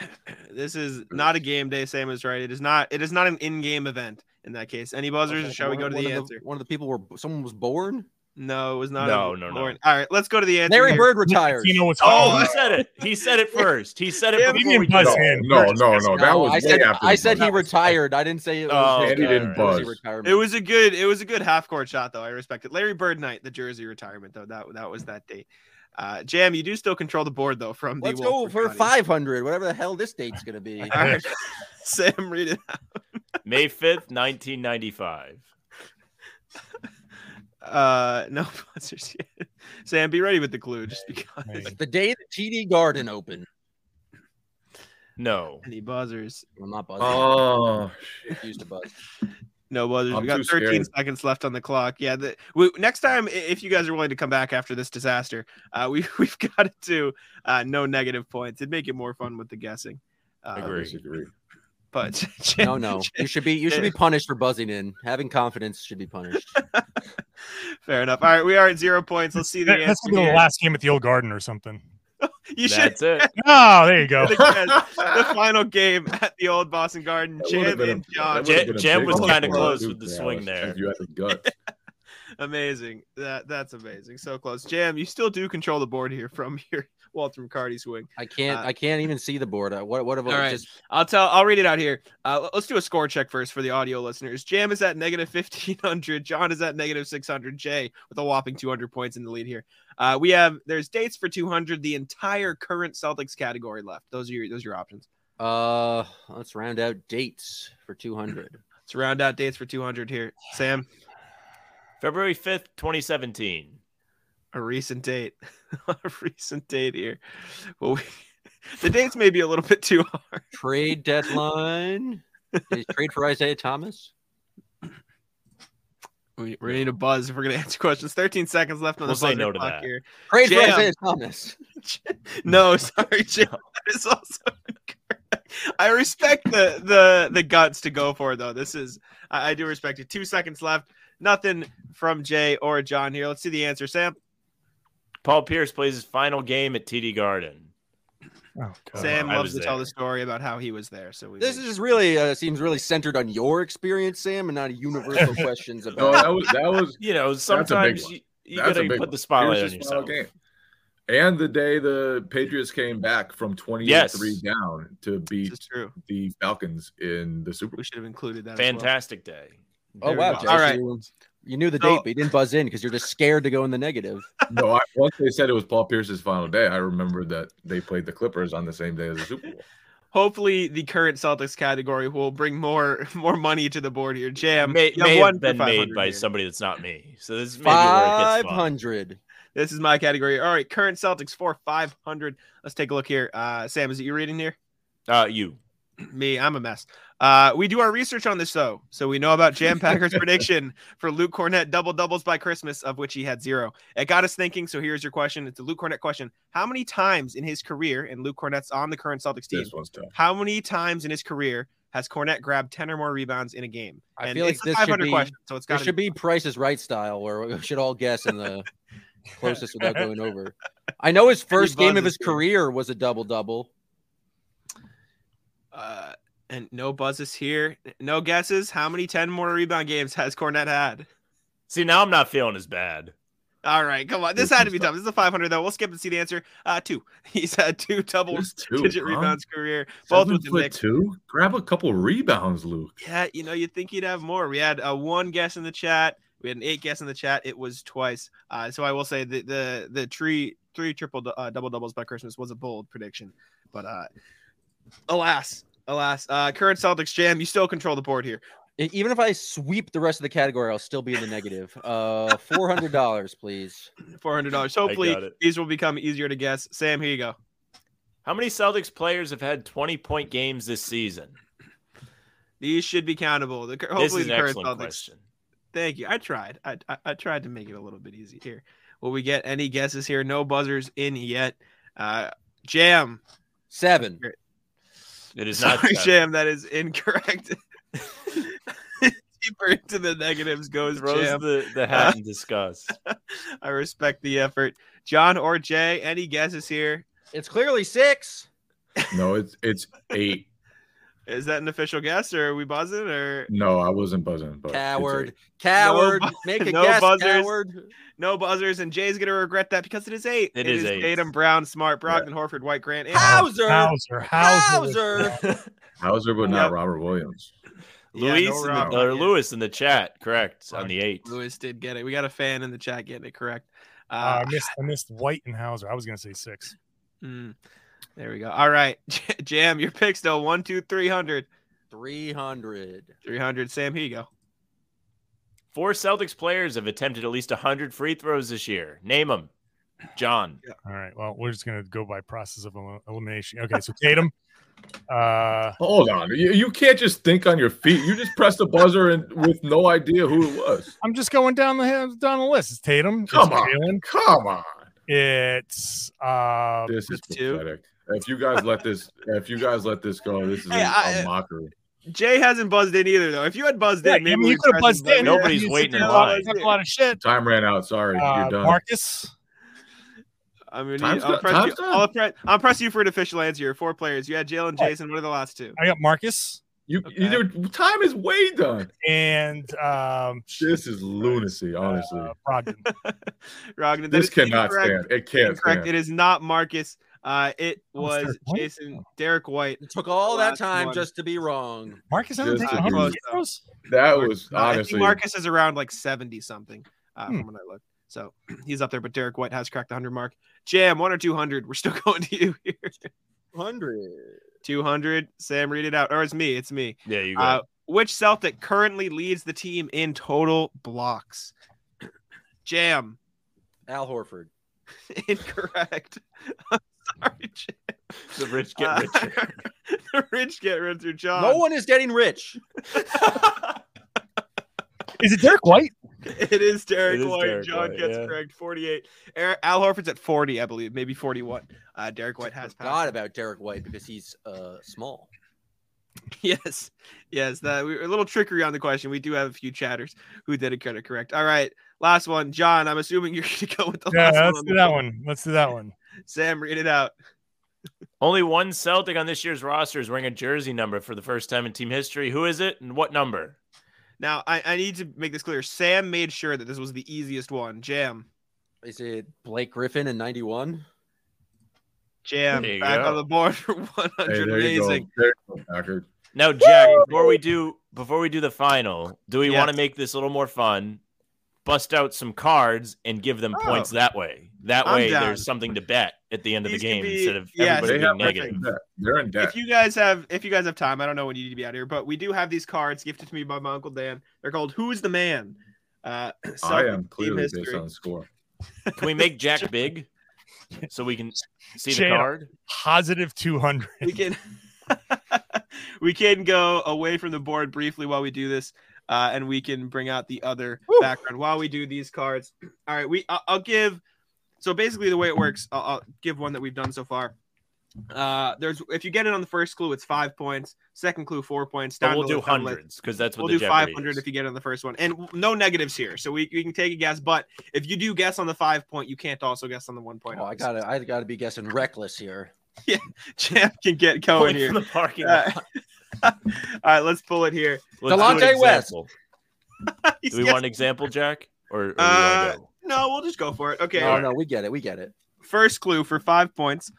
Speaker 3: [CLEARS THROAT] This is not a game day. Sam is right. It is not. It is not an in-game event. In that case, any buzzers?
Speaker 6: Okay,
Speaker 3: Shall we go
Speaker 6: one-
Speaker 3: to
Speaker 6: one
Speaker 3: the
Speaker 6: of
Speaker 3: answer?
Speaker 6: one of the people were someone was born.
Speaker 3: No, it was not.
Speaker 7: No,
Speaker 3: Evan
Speaker 7: no, no.
Speaker 3: Lauren. All right, let's go to the answer.
Speaker 6: Larry
Speaker 3: here.
Speaker 6: Bird retired.
Speaker 5: You know what's
Speaker 7: Oh,
Speaker 5: oh,
Speaker 7: he said it. He said it first. He said
Speaker 3: Yeah,
Speaker 7: it
Speaker 5: we
Speaker 7: before
Speaker 5: didn't
Speaker 7: we did
Speaker 5: buzz
Speaker 4: No,
Speaker 7: it.
Speaker 5: him.
Speaker 4: no, no, no.
Speaker 5: Disgusting.
Speaker 4: That was
Speaker 6: I
Speaker 4: way
Speaker 6: said
Speaker 4: after.
Speaker 6: I
Speaker 4: the
Speaker 6: said he
Speaker 4: buzz.
Speaker 6: retired. I didn't say it
Speaker 7: Oh,
Speaker 6: was. his
Speaker 7: Andy
Speaker 4: didn't
Speaker 6: retirement. It was his
Speaker 4: buzz.
Speaker 6: retirement.
Speaker 3: It was a good. It was a good half court shot though. I respect it. Larry Bird night, the jersey retirement though. That that was that date. Uh, Jam, you do still control the board though. From
Speaker 6: Let's
Speaker 3: the
Speaker 6: go
Speaker 3: Wolford
Speaker 6: for
Speaker 3: Bunnies.
Speaker 6: 500, whatever the hell this date's going
Speaker 3: [LAUGHS]
Speaker 6: to be.
Speaker 3: All right. Sam, read it.
Speaker 7: May 5th, 1995.
Speaker 3: Uh, no [LAUGHS] buzzers yet. Sam, be ready with the clue just because.
Speaker 5: Hey.
Speaker 6: the day the TD Garden opened.
Speaker 7: No.
Speaker 3: Any buzzers?
Speaker 6: I'm not buzzing.
Speaker 4: Oh, shit.
Speaker 6: Refuse to buzz.
Speaker 3: No buzzers.
Speaker 4: I'm
Speaker 3: we got
Speaker 4: too
Speaker 3: 13
Speaker 4: scared.
Speaker 3: seconds left on the clock. Yeah. The, we, next time, i- if you guys are willing to come back after this disaster, uh, we [LAUGHS] we've got to do uh, no negative points. It'd make it more fun with the guessing. Uh,
Speaker 7: Agree.
Speaker 4: I disagree.
Speaker 3: But [LAUGHS]
Speaker 6: No, no. You should be you should be punished for buzzing in. Having confidence should be punished.
Speaker 3: Fair enough. All right, we are at zero points. Let's see the
Speaker 5: That, that's
Speaker 3: answer.
Speaker 5: gonna be the
Speaker 3: here.
Speaker 5: last game at the old garden or something.
Speaker 3: [LAUGHS] You should
Speaker 7: That's it.
Speaker 5: Oh, there you
Speaker 3: [LAUGHS]
Speaker 5: go.
Speaker 3: the, guess.
Speaker 4: [LAUGHS]
Speaker 3: the final game at the old Boston Garden.
Speaker 4: That would've
Speaker 3: Jam
Speaker 4: been a-
Speaker 3: and
Speaker 4: that
Speaker 3: John.
Speaker 4: would've
Speaker 7: Jam-
Speaker 4: been a
Speaker 7: Jam
Speaker 4: big
Speaker 7: was
Speaker 4: one
Speaker 7: kinda
Speaker 4: for
Speaker 7: close
Speaker 4: us,
Speaker 7: with the
Speaker 4: Dallas,
Speaker 7: swing
Speaker 4: if
Speaker 7: there.
Speaker 4: You had the guts.
Speaker 3: Amazing. That that's amazing. So close. Jam, you still do control the board here from [LAUGHS] your Walter McCarty swing.
Speaker 6: I can't
Speaker 3: Uh,
Speaker 6: I can't even see the board. Uh, What what have
Speaker 3: All
Speaker 6: I
Speaker 3: right.
Speaker 6: just
Speaker 3: I'll tell. I'll read it out here. Uh, let's do a score check first for the audio listeners. Jam is at negative fifteen hundred. John is at negative six hundred. Jay with a whopping two hundred points in the lead here. Uh, we have there's dates for two hundred. The entire current Celtics category left. Those are your those are your options.
Speaker 6: uh let's round out dates for 200.
Speaker 3: Let's round out dates for two hundred here. Sam,
Speaker 7: February 5th, 2017.
Speaker 3: a recent date, [LAUGHS] a recent date here. Well, we, [LAUGHS] the dates may be a little bit too [LAUGHS] hard.
Speaker 6: Trade deadline. Is trade for Isaiah Thomas?
Speaker 3: We, we need a buzz if we're gonna [LAUGHS] answer questions. Thirteen seconds left on
Speaker 7: We'll
Speaker 3: the
Speaker 7: say
Speaker 3: buzzer
Speaker 7: no to
Speaker 3: clock
Speaker 7: that. [LAUGHS]
Speaker 3: here.
Speaker 6: Trade
Speaker 3: Jam.
Speaker 6: for Isaiah Thomas.
Speaker 3: No, [LAUGHS] sorry, Jim. That is also [LAUGHS] incorrect. I respect the the the guts to go for it, though. This is I, I do respect it. Two seconds left. Nothing from Jay or John here. Let's see the answer, Sam.
Speaker 7: Paul Pierce plays his final game at TD Garden.
Speaker 5: Oh, God.
Speaker 3: Sam
Speaker 7: I
Speaker 3: loves to
Speaker 7: was
Speaker 3: tell
Speaker 7: there.
Speaker 3: the story about how he was there. So we
Speaker 6: This is really uh, seems really centered on your experience, Sam, and not [LAUGHS] universal
Speaker 4: [LAUGHS]
Speaker 6: questions
Speaker 4: No,
Speaker 6: about
Speaker 4: that was that
Speaker 7: [LAUGHS]
Speaker 4: was
Speaker 7: You know,
Speaker 4: big
Speaker 7: sometimes
Speaker 4: one.
Speaker 7: you, you
Speaker 4: That's a
Speaker 7: gotta
Speaker 4: big one.
Speaker 7: put the
Speaker 4: It was
Speaker 7: spotlight on
Speaker 4: his final
Speaker 7: yourself.
Speaker 4: game. And the day the Patriots came back from 23
Speaker 7: Yes.
Speaker 4: down to
Speaker 3: this
Speaker 4: beat
Speaker 3: is true.
Speaker 4: the Falcons in the
Speaker 3: We
Speaker 4: Super
Speaker 7: [LAUGHS]
Speaker 4: Bowl.
Speaker 3: should have included that. as well.
Speaker 7: Fantastic day.
Speaker 6: Oh
Speaker 3: There we
Speaker 6: wow,
Speaker 3: go.
Speaker 6: Jason,
Speaker 3: All right.
Speaker 6: You, you knew the
Speaker 3: So-
Speaker 6: date, but you didn't buzz in because you're just scared to go in the negative.
Speaker 4: No, I, once they said it was Paul Pierce's final day, I remembered that they played the Clippers on the same day as the Super Bowl.
Speaker 3: Hopefully, the current Celtics category will bring more [LAUGHS] more money to the board here. Jam
Speaker 7: may
Speaker 3: you
Speaker 7: may
Speaker 3: one for
Speaker 7: have been made
Speaker 3: 500
Speaker 7: by
Speaker 3: here.
Speaker 7: somebody that's not me. So this is maybe where it
Speaker 6: Five
Speaker 7: gets fun.
Speaker 6: hundred.
Speaker 3: This is my category. All right, current Celtics for five hundred. Let's take a look here. Uh, Sam, is it you reading here? [CLEARS THROAT]
Speaker 7: Uh, you.
Speaker 3: Me, I'm a mess. Uh, we do our research on this though, so we know about Jam
Speaker 7: [LAUGHS]
Speaker 3: Packer's prediction for Luke Cornett double doubles by Christmas, of which he had zero. It got us thinking. So here's your question: It's a Luke Cornett question. How many times in his career, and Luke Cornett's on the current Celtics team,
Speaker 4: This one's tough.
Speaker 3: how many times in his career has Cornett grabbed ten or more rebounds in a game?
Speaker 6: I
Speaker 3: and
Speaker 6: feel like
Speaker 3: it's a
Speaker 6: this should
Speaker 3: 500
Speaker 6: be-
Speaker 3: question, so it's
Speaker 6: It
Speaker 3: got
Speaker 6: should be Price is Right style, where we should all guess in [LAUGHS] the closest without going over. I know his first game of
Speaker 3: buzzes
Speaker 6: his
Speaker 3: here.
Speaker 6: career was a double double.
Speaker 3: Uh, and no buzzes here. No guesses. How many ten more rebound games has Cornett had?
Speaker 7: See, now I'm not feeling as bad.
Speaker 3: All right, come on. This
Speaker 4: This
Speaker 3: had to
Speaker 4: is
Speaker 3: be tough. This is a 500 though. We'll skip and see the answer. Uh, two. [LAUGHS] He's had two double
Speaker 4: There's [LAUGHS] two,
Speaker 3: digit
Speaker 4: huh?
Speaker 3: rebounds career, both
Speaker 4: Seven
Speaker 3: with the
Speaker 4: foot
Speaker 3: Knicks.
Speaker 4: two? Grab a couple rebounds, Luke.
Speaker 3: Yeah, you know, you'd think he'd have more. We had a one guess in the chat. We had an eight guess in the chat. It was twice. Uh, so I will say the the the tree three triple uh, double doubles by Christmas was a bold prediction, but uh, alas, alas, uh, current Celtics jam. You still control the board here.
Speaker 6: E- Even if I sweep the rest of the category, I'll still be in the negative. Uh,
Speaker 3: [LAUGHS]
Speaker 6: four hundred dollars, please.
Speaker 3: Four hundred dollars.
Speaker 7: got
Speaker 3: Hopefully
Speaker 7: it.
Speaker 3: these will become easier to guess. Sam, here you go.
Speaker 7: How many Celtics players have had 20 point games this season?
Speaker 3: These should be countable. The, hopefully
Speaker 7: this is an
Speaker 3: the current
Speaker 7: excellent
Speaker 3: Celtics
Speaker 7: question.
Speaker 3: Thank you. I tried. I, I I tried to make it a little bit easy here. Will we get any guesses here? No buzzers in yet. Uh Jam.
Speaker 6: Seven.
Speaker 3: [LAUGHS]
Speaker 7: It is not.
Speaker 3: Sorry,
Speaker 7: seven.
Speaker 3: Jam. That is incorrect. [LAUGHS] Deeper into the negatives goes
Speaker 7: Throws
Speaker 3: Jam.
Speaker 7: the, the hat and discuss.
Speaker 3: I respect the effort. John or Jay, any guesses here?
Speaker 6: It's clearly six.
Speaker 4: No, it's it's eight.
Speaker 3: Is that an official guess or are we buzzing or
Speaker 4: No, I wasn't buzzing. But it's
Speaker 6: Coward, coward.
Speaker 3: bu- [LAUGHS]
Speaker 6: Make a
Speaker 3: no
Speaker 6: guess,
Speaker 3: buzzers.
Speaker 6: coward.
Speaker 3: no buzzers? And Jay's gonna regret that because it is eight.
Speaker 7: It
Speaker 3: it
Speaker 7: is eight.
Speaker 3: Tatum, Brown, Smart, Brogdon, Horford, White, Grant. and-
Speaker 5: Oh,
Speaker 6: Hauser.
Speaker 5: Hauser, Hauser.
Speaker 6: Hauser.
Speaker 4: eight. Hauser, but not
Speaker 3: Yep.
Speaker 4: Robert Williams.
Speaker 3: [LAUGHS] Yeah,
Speaker 7: Luis,
Speaker 3: no
Speaker 7: in
Speaker 3: Rob.
Speaker 7: the, or Lewis in the chat, correct on the eight.
Speaker 3: Lewis did get it. We got a fan in the chat getting it correct.
Speaker 5: Uh,
Speaker 3: Uh,
Speaker 5: I missed. I missed White and Hauser. I was gonna say six.
Speaker 3: mm, there we go. All right, [LAUGHS] Jam, your pick still one, two, three hundred.
Speaker 6: 300.
Speaker 3: 300. Sam, here you go.
Speaker 7: Four Celtics players have attempted at least 100 free throws this year. Name them. John.
Speaker 5: All right. Well, we're just gonna go by process of elim- elimination. Okay. So Tatum. [LAUGHS] Uh,
Speaker 4: Hold on, you, you can't just think on your feet. You just pressed the buzzer and with no idea who it was.
Speaker 5: I'm just going down the down the list. It's Tatum. It's
Speaker 4: Come on.
Speaker 5: Jalen.
Speaker 4: Come on,
Speaker 5: It's uh,
Speaker 4: this is
Speaker 3: Two.
Speaker 4: pathetic. If you guys let this, if you guys let this go, this is
Speaker 3: Hey,
Speaker 4: a-
Speaker 3: I- uh,
Speaker 4: a mockery.
Speaker 3: Jay hasn't buzzed in either, though. If you had buzzed
Speaker 5: Yeah, I
Speaker 3: in, maybe
Speaker 5: mean,
Speaker 3: we
Speaker 5: you could have buzzed
Speaker 3: pressed the
Speaker 5: in.
Speaker 3: button.
Speaker 7: Nobody's
Speaker 5: You sit
Speaker 7: waiting in
Speaker 5: there and talk- talk
Speaker 7: line.
Speaker 5: A lot of shit.
Speaker 4: Time ran out. Sorry,
Speaker 5: Uh,
Speaker 4: you're done.
Speaker 5: Marcus.
Speaker 3: I'm gonna
Speaker 4: Time's
Speaker 3: I'll
Speaker 4: done.
Speaker 3: press
Speaker 4: Time's
Speaker 3: you.
Speaker 4: done.
Speaker 3: I'll press, I'll press you for an official answer. Your four players. You had Jalen, Jason. What are the last two?
Speaker 5: I got Marcus
Speaker 4: You
Speaker 3: Okay.
Speaker 4: either time is way done.
Speaker 5: and um,
Speaker 4: This is lunacy, honestly.
Speaker 5: uh, Brogdon.
Speaker 3: Rognan. that
Speaker 4: this
Speaker 3: is
Speaker 4: cannot
Speaker 3: incorrect.
Speaker 4: stand. It can't
Speaker 3: Incorrect.
Speaker 4: stand.
Speaker 3: It is not Marcus. Uh, it
Speaker 5: Oh, it's
Speaker 3: was
Speaker 5: Derek White?
Speaker 3: Jason Derek White. Uh,
Speaker 6: It took all that
Speaker 3: Last
Speaker 6: time
Speaker 3: one.
Speaker 6: just to be wrong.
Speaker 5: Marcus hasn't
Speaker 4: Just
Speaker 5: taken
Speaker 4: to
Speaker 5: 100
Speaker 4: be-
Speaker 5: arrows?
Speaker 4: That was
Speaker 3: Uh, I
Speaker 4: honestly.
Speaker 3: think Marcus is around like 70 something uh,
Speaker 5: Hmm.
Speaker 3: from when I looked. So [CLEARS THROAT] he's up there, but Derek White has cracked the 100 mark. Jam, one or 200. We're still [LAUGHS] going to you here.
Speaker 6: 100.
Speaker 3: 200. Sam, read it out. Or it's me. It's me.
Speaker 7: Yeah, you go.
Speaker 3: Uh, which Celtic currently leads the team in total blocks? Jam. [LAUGHS]
Speaker 6: Al Horford.
Speaker 3: Incorrect. [LAUGHS] I'm sorry, Jam.
Speaker 7: [LAUGHS] the rich get
Speaker 3: Uh, [LAUGHS]
Speaker 7: richer.
Speaker 3: the rich get richer, John.
Speaker 6: No one is getting rich.
Speaker 5: Is it Derek White?
Speaker 3: [LAUGHS] It is Derek
Speaker 7: It is
Speaker 3: White.
Speaker 7: Derek
Speaker 3: John
Speaker 7: White,
Speaker 3: gets
Speaker 7: yeah.
Speaker 3: correct. 48. Er- Al Horford's at 40, I believe, maybe 41. Uh, Derek White has
Speaker 6: Forgot
Speaker 3: passed.
Speaker 6: about Derek White because he's uh, small.
Speaker 3: [LAUGHS] Yes. Yes. That we, a little trickery on the question. We do have a few chatters who did it kind of correct. All right. Last one. John, I'm assuming you're going to [LAUGHS] go with the
Speaker 5: Yeah,
Speaker 3: last one.
Speaker 5: let's
Speaker 3: on
Speaker 5: do
Speaker 3: the-
Speaker 5: that one. Let's do that one.
Speaker 3: Sam, read it out.
Speaker 7: Only one Celtic on this year's roster is wearing a jersey number for the first time in team history. Who is it and what number?
Speaker 3: Now, I, I need to make this clear. Sam made sure that this was the easiest one. Jam.
Speaker 6: Is it Blake Griffin in 91?
Speaker 3: Jam.
Speaker 7: There you
Speaker 3: Back
Speaker 7: go.
Speaker 3: on the board [LAUGHS] for 100.
Speaker 4: hey, there you go.
Speaker 3: Amazing.
Speaker 4: There you go, Packard.
Speaker 7: Now, Jack, before we do before we do the final, do we
Speaker 3: Yes.
Speaker 7: want to make this a little more fun? Bust out some cards and give them
Speaker 3: Oh.
Speaker 7: points that way. That
Speaker 3: I'm
Speaker 7: way,
Speaker 3: down.
Speaker 7: there's something to bet at the end of
Speaker 3: These
Speaker 7: the
Speaker 3: can
Speaker 7: game
Speaker 3: be-
Speaker 7: instead of
Speaker 3: yeah,
Speaker 7: everybody
Speaker 4: They
Speaker 7: being
Speaker 4: have
Speaker 7: negative.
Speaker 4: negative. They're in debt.
Speaker 3: if you guys have if you guys have time, I don't know when you need to be out here, but we do have these cards gifted to me by my uncle Dan. They're called "Who's the Man." Uh, [CLEARS THROAT]
Speaker 4: I
Speaker 3: Celtic
Speaker 4: am
Speaker 3: team
Speaker 4: clearly based
Speaker 3: history.
Speaker 4: on score.
Speaker 7: Can we make Jack big so we can see the
Speaker 5: Shane.
Speaker 7: card?
Speaker 5: Positive 200.
Speaker 3: We can [LAUGHS] we can go away from the board briefly while we do this, uh, and we can bring out the other background while we do these cards. All right, we I'll, I'll give. So basically, the way it works, I'll, I'll give one that we've done so far. Uh, there's if you get it on the first clue, it's five points. Second clue, four points.
Speaker 7: But
Speaker 3: Down
Speaker 7: we'll
Speaker 3: the
Speaker 7: do
Speaker 3: list, down the list.
Speaker 7: hundreds because that's what
Speaker 3: We'll
Speaker 7: the
Speaker 3: do
Speaker 7: Jeopardy
Speaker 3: 500
Speaker 7: is.
Speaker 3: if you get on the first one, and w- no negatives here, so we, we can take a guess. But if you do guess on the five point, you can't also guess on the one point.
Speaker 6: Oh, I gotta, I gotta be guessing reckless here.
Speaker 3: [LAUGHS] Champ can get going
Speaker 7: Point
Speaker 3: here.
Speaker 7: from the parking lot.
Speaker 3: Uh, [LAUGHS] all right, let's pull it here.
Speaker 7: Let's do an
Speaker 6: Delonte West.
Speaker 7: example.
Speaker 3: He's
Speaker 7: [LAUGHS] Do we
Speaker 3: guessing- [LAUGHS]
Speaker 7: want an example, Jack? Or, or do
Speaker 3: Uh,
Speaker 7: we wanna go?
Speaker 3: no, we'll just go for it. Okay,
Speaker 6: No, no, we get it, we get it.
Speaker 3: first clue for five points.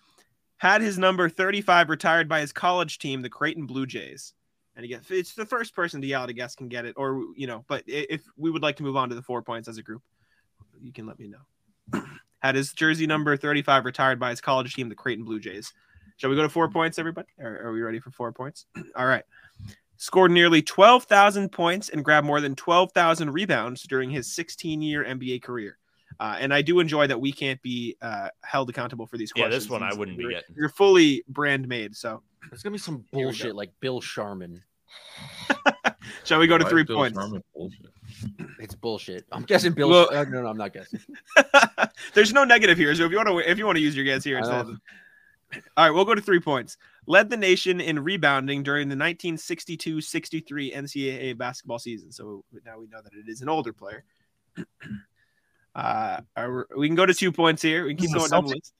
Speaker 3: Had his number 35 retired by his college team, the Creighton Blue Jays. And again, it's the first person to yell to guess can get it, or you know. But i- if we would like to move on to the four points as a group, you can let me know. [CLEARS THROAT] Had his jersey number 35 retired by his college team, the Creighton Blue Jays. Shall we go to four points, everybody? Are, are we ready for four points? [CLEARS THROAT] All right. Scored nearly 12,000 points and grabbed more than 12,000 rebounds during his 16 year NBA career. Uh, and I do enjoy that we can't be uh, held accountable for these
Speaker 7: Yeah,
Speaker 3: questions.
Speaker 7: this one I wouldn't be
Speaker 3: You're-
Speaker 7: getting.
Speaker 3: You're fully brand made. So,
Speaker 6: There's gonna be some
Speaker 3: we go.
Speaker 6: bullshit like Bill Sharman.
Speaker 3: shall we go to
Speaker 4: Why
Speaker 3: three
Speaker 4: is Bill
Speaker 3: points?
Speaker 4: Sharman bullshit?
Speaker 6: It's bullshit. I'm guessing Bill.
Speaker 3: Well-
Speaker 6: uh, no, no, I'm not guessing.
Speaker 3: [LAUGHS] There's no negative here, so if you want to, if you want to use your guess here,
Speaker 6: I
Speaker 3: it's
Speaker 6: don't-
Speaker 3: all right. We'll go to three points. Led the nation in rebounding during the 1962-63 NCAA basketball season. So now we know that it is an older player. [CLEARS THROAT] Uh, are we, we can go to two points here. We can
Speaker 5: This
Speaker 3: keep
Speaker 5: is a
Speaker 3: going down the list.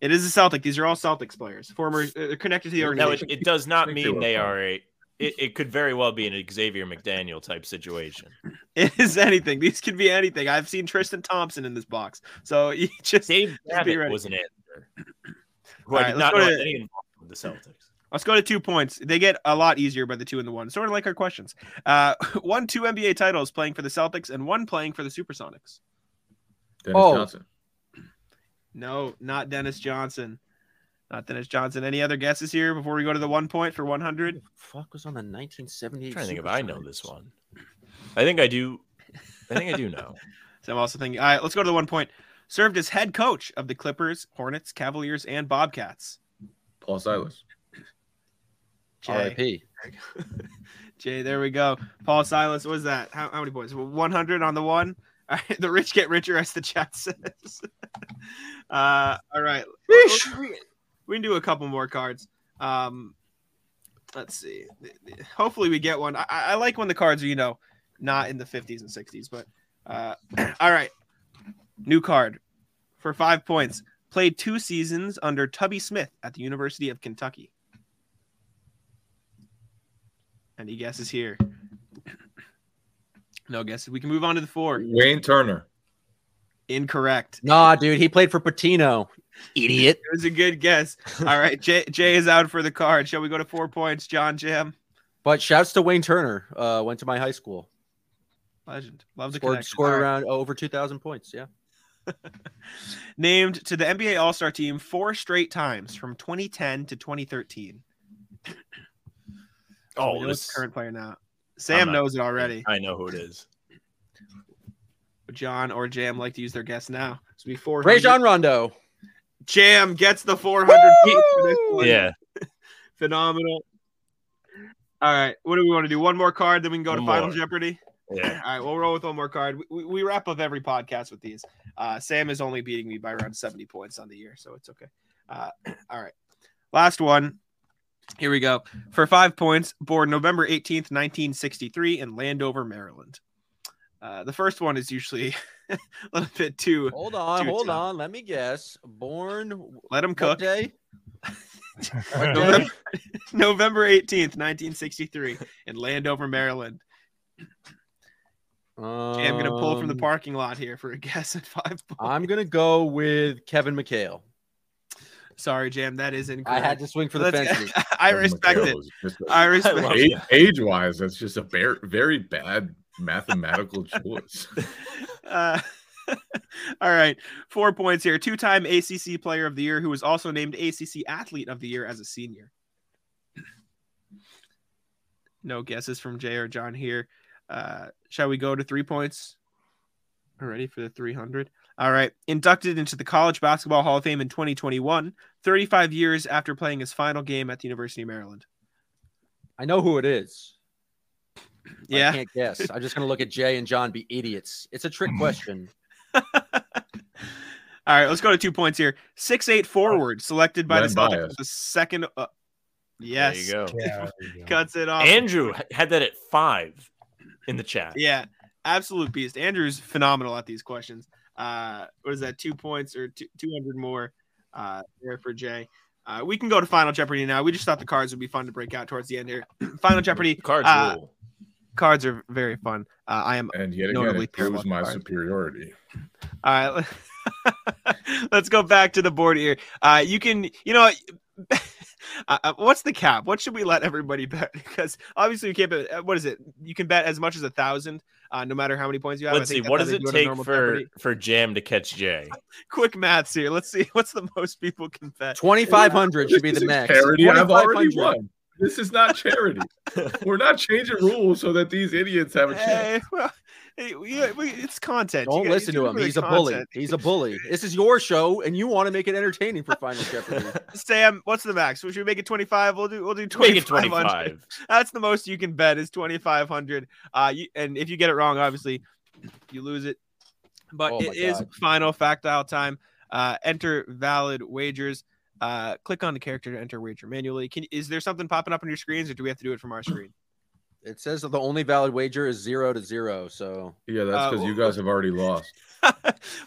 Speaker 3: It is a Celtic. These are all Celtics players, former. uh, They're connected to the
Speaker 7: No, it,
Speaker 3: organization.
Speaker 7: it does not
Speaker 4: think they
Speaker 7: mean
Speaker 4: were
Speaker 7: they
Speaker 4: fine.
Speaker 7: are a it, it could very well be an Xavier McDaniel type situation.
Speaker 3: It is anything. These could be anything. I've seen Tristan Thompson in this box. So [LAUGHS] you [LAUGHS] just
Speaker 7: Dave
Speaker 3: Just be ready.
Speaker 7: Gavitt was an answer.
Speaker 3: [CLEARS THROAT]
Speaker 7: Who
Speaker 3: All
Speaker 7: I
Speaker 3: right,
Speaker 7: did
Speaker 3: let's
Speaker 7: not
Speaker 3: go
Speaker 7: know
Speaker 3: to-
Speaker 7: had any involvement with the Celtics.
Speaker 3: Let's go to two points. They get a lot easier by the two and the one, sort of like our questions. Uh, [LAUGHS] one, two NBA titles playing for the Celtics, and one playing for the Supersonics.
Speaker 4: Dennis
Speaker 6: Oh.
Speaker 4: Johnson.
Speaker 3: No, not Dennis Johnson. Not Dennis Johnson. Any other guesses here before we go to the one point for 100?
Speaker 6: Fuck was on the
Speaker 7: I'm
Speaker 6: 1978.
Speaker 7: trying to think if I know this one. I think I do. I think I
Speaker 3: [LAUGHS]
Speaker 7: do know.
Speaker 3: So I'm also thinking, all right, let's go to the one point. Served as head coach of the Clippers, Hornets, Cavaliers, and Bobcats.
Speaker 4: Paul Silas.
Speaker 3: Jay,
Speaker 6: RIP.
Speaker 3: Jay, there we go. Paul Silas, what is that? How, how many points? 100 on the one. All right, [LAUGHS] the rich get richer, as the chat says. [LAUGHS] uh, all right, we can do a couple more cards. Um, let's see. Hopefully, we get one. I, I I like when the cards are, you know, not in the 50s and 60s, but uh, [CLEARS THROAT] all right. New card for five points. Played two seasons under Tubby Smith at the University of Kentucky. Any guesses here? [CLEARS THROAT] No guesses. We can move on to the four.
Speaker 4: Wayne Turner.
Speaker 3: Incorrect.
Speaker 6: Nah, dude, he played for Patino. Idiot.
Speaker 3: It was a good guess.
Speaker 7: [LAUGHS]
Speaker 3: All right. Jay, Jay is out for the card. Shall we go to four points, John Jim?
Speaker 6: But shouts to Wayne Turner. Uh, went to my high school.
Speaker 3: Legend. Love the
Speaker 6: Scored,
Speaker 3: connection.
Speaker 6: scored
Speaker 3: All right.
Speaker 6: around over 2,000 points. Yeah.
Speaker 3: Named to the NBA All Star team four straight times from 2010 to 2013. We
Speaker 7: Oh,
Speaker 3: know
Speaker 7: this,
Speaker 3: the current player now. Sam
Speaker 7: not-
Speaker 3: knows it already.
Speaker 7: I know who it is.
Speaker 3: John or Jam like to use their guess now. So we four.
Speaker 6: Rajon Rondo.
Speaker 3: Jam gets the 400. points for this one.
Speaker 7: Yeah,
Speaker 3: Phenomenal. All right. What do we want to do? One more card, then we can go
Speaker 7: One
Speaker 3: to Final
Speaker 7: more.
Speaker 3: Jeopardy. All
Speaker 7: yeah.
Speaker 3: right. We'll roll with one more card. We, we, we wrap up every podcast with these. Uh, Sam is only beating me by around 70 points on the year, so it's okay. Uh, [CLEARS THROAT] all right. Last one. Here we go. For five points, born November 18th, 1963, in Landover, Maryland. Uh, the first one is usually [LAUGHS] a little bit too
Speaker 6: Hold on.
Speaker 3: Dude,
Speaker 6: hold
Speaker 3: tough.
Speaker 6: on. Let me guess. Born
Speaker 3: let him
Speaker 6: what [LAUGHS]
Speaker 3: cook.
Speaker 7: [LAUGHS]
Speaker 6: day?
Speaker 3: November, November 18th, 1963, in Landover, Maryland. I'm going to pull from the
Speaker 6: Um,
Speaker 3: parking lot here for a guess at five points.
Speaker 6: I'm gonna go with Kevin McHale.
Speaker 3: Sorry, Jam. That is
Speaker 6: I
Speaker 3: incorrect.
Speaker 6: had to swing for the
Speaker 3: Let's-
Speaker 6: fences.
Speaker 3: [LAUGHS] I
Speaker 4: Kevin
Speaker 3: respect
Speaker 4: McHale
Speaker 3: it.
Speaker 4: was just a- [LAUGHS]
Speaker 3: I respect
Speaker 7: love
Speaker 4: age, wise, that's just a very, very bad
Speaker 3: [LAUGHS]
Speaker 4: mathematical choice.
Speaker 3: [LAUGHS] Uh, [LAUGHS] all right. Four points here. Two time ACC player of the year who was also named ACC athlete of the year as a senior. No guesses from Jay or John here. Uh, shall we go to three points? All ready for the 300. All right. Inducted into the College Basketball Hall of Fame in 2021, 35 years after playing his final game at the University of Maryland.
Speaker 6: I know who it is. I
Speaker 3: Yeah.
Speaker 6: can't guess. I'm just gonna look at Jay and John be idiots. It's
Speaker 3: [LAUGHS]
Speaker 6: a trick question.
Speaker 3: All right. Let's go to two points here. Six eight forward selected by
Speaker 4: Len
Speaker 3: the Celtics.
Speaker 4: Bias.
Speaker 3: as The second. Uh, yes.
Speaker 7: There you go.
Speaker 5: Yeah, there you go.
Speaker 3: cuts it off.
Speaker 7: Andrew had that at five in the chat.
Speaker 3: yeah, absolute beast. Andrew's phenomenal at these questions. Uh, what is that? Two points or two hundred more uh, there for Jay. Uh, we can go to Final Jeopardy now. We just thought the cards would be fun to break out towards the end here. [CLEARS THROAT] Final Jeopardy
Speaker 7: Cards
Speaker 3: uh,
Speaker 7: rule.
Speaker 3: cards are very fun. Uh, I am
Speaker 4: And yet again,
Speaker 3: Notably
Speaker 4: it proves
Speaker 3: terrible.
Speaker 4: my superiority.
Speaker 3: All right. [LAUGHS] Let's go back to the board here. Uh, you can, you know, [LAUGHS] what? uh, uh, what's the cap? What should we let everybody [LAUGHS] bet? Because obviously we can't bet. uh, What is it? You can bet as much as a thousand, uh, no matter how many points you have. I
Speaker 7: Let's see.
Speaker 3: think that's
Speaker 7: What
Speaker 3: how
Speaker 7: does
Speaker 3: they
Speaker 7: it
Speaker 3: do on
Speaker 7: take
Speaker 3: normal
Speaker 7: for
Speaker 3: Jeopardy.
Speaker 7: for Jam to catch
Speaker 3: [LAUGHS]
Speaker 7: Jay?
Speaker 3: quick maths here? Let's see [LAUGHS] what's the most people can bet.
Speaker 6: 2,500 should be
Speaker 4: This
Speaker 6: the
Speaker 4: is
Speaker 6: max.
Speaker 4: Charity. I've already
Speaker 6: 2,500.
Speaker 4: won. This is not
Speaker 6: [LAUGHS]
Speaker 4: charity. We're not changing rules so that these idiots have a chance.
Speaker 3: Hey, well, hey, we, we, it's content. You
Speaker 6: Don't
Speaker 3: gotta-
Speaker 6: listen
Speaker 3: you
Speaker 6: to him.
Speaker 3: remember the
Speaker 6: He's a bully.
Speaker 3: content.
Speaker 6: He's a bully. This is your show, and you want to make it entertaining
Speaker 3: [LAUGHS]
Speaker 6: for Final Jeopardy.
Speaker 3: Sam, what's the max? Should we make it twenty five? We'll do. We'll do
Speaker 7: Make
Speaker 3: twenty
Speaker 7: it
Speaker 3: five hundred.
Speaker 7: 25.
Speaker 3: that's the most you can bet is 2500 uh you, and if you get it wrong obviously you lose it but
Speaker 6: Oh my
Speaker 3: it is
Speaker 6: God.
Speaker 3: final factile time uh enter valid wagers uh
Speaker 7: [LAUGHS]
Speaker 3: click on the character to enter wager manually can is there something popping up on your screens or do we have to do it from our screen
Speaker 6: It says that the only valid wager is zero to zero. So
Speaker 4: Yeah, that's
Speaker 3: Uh,
Speaker 4: because you
Speaker 3: well-
Speaker 4: guys have already lost.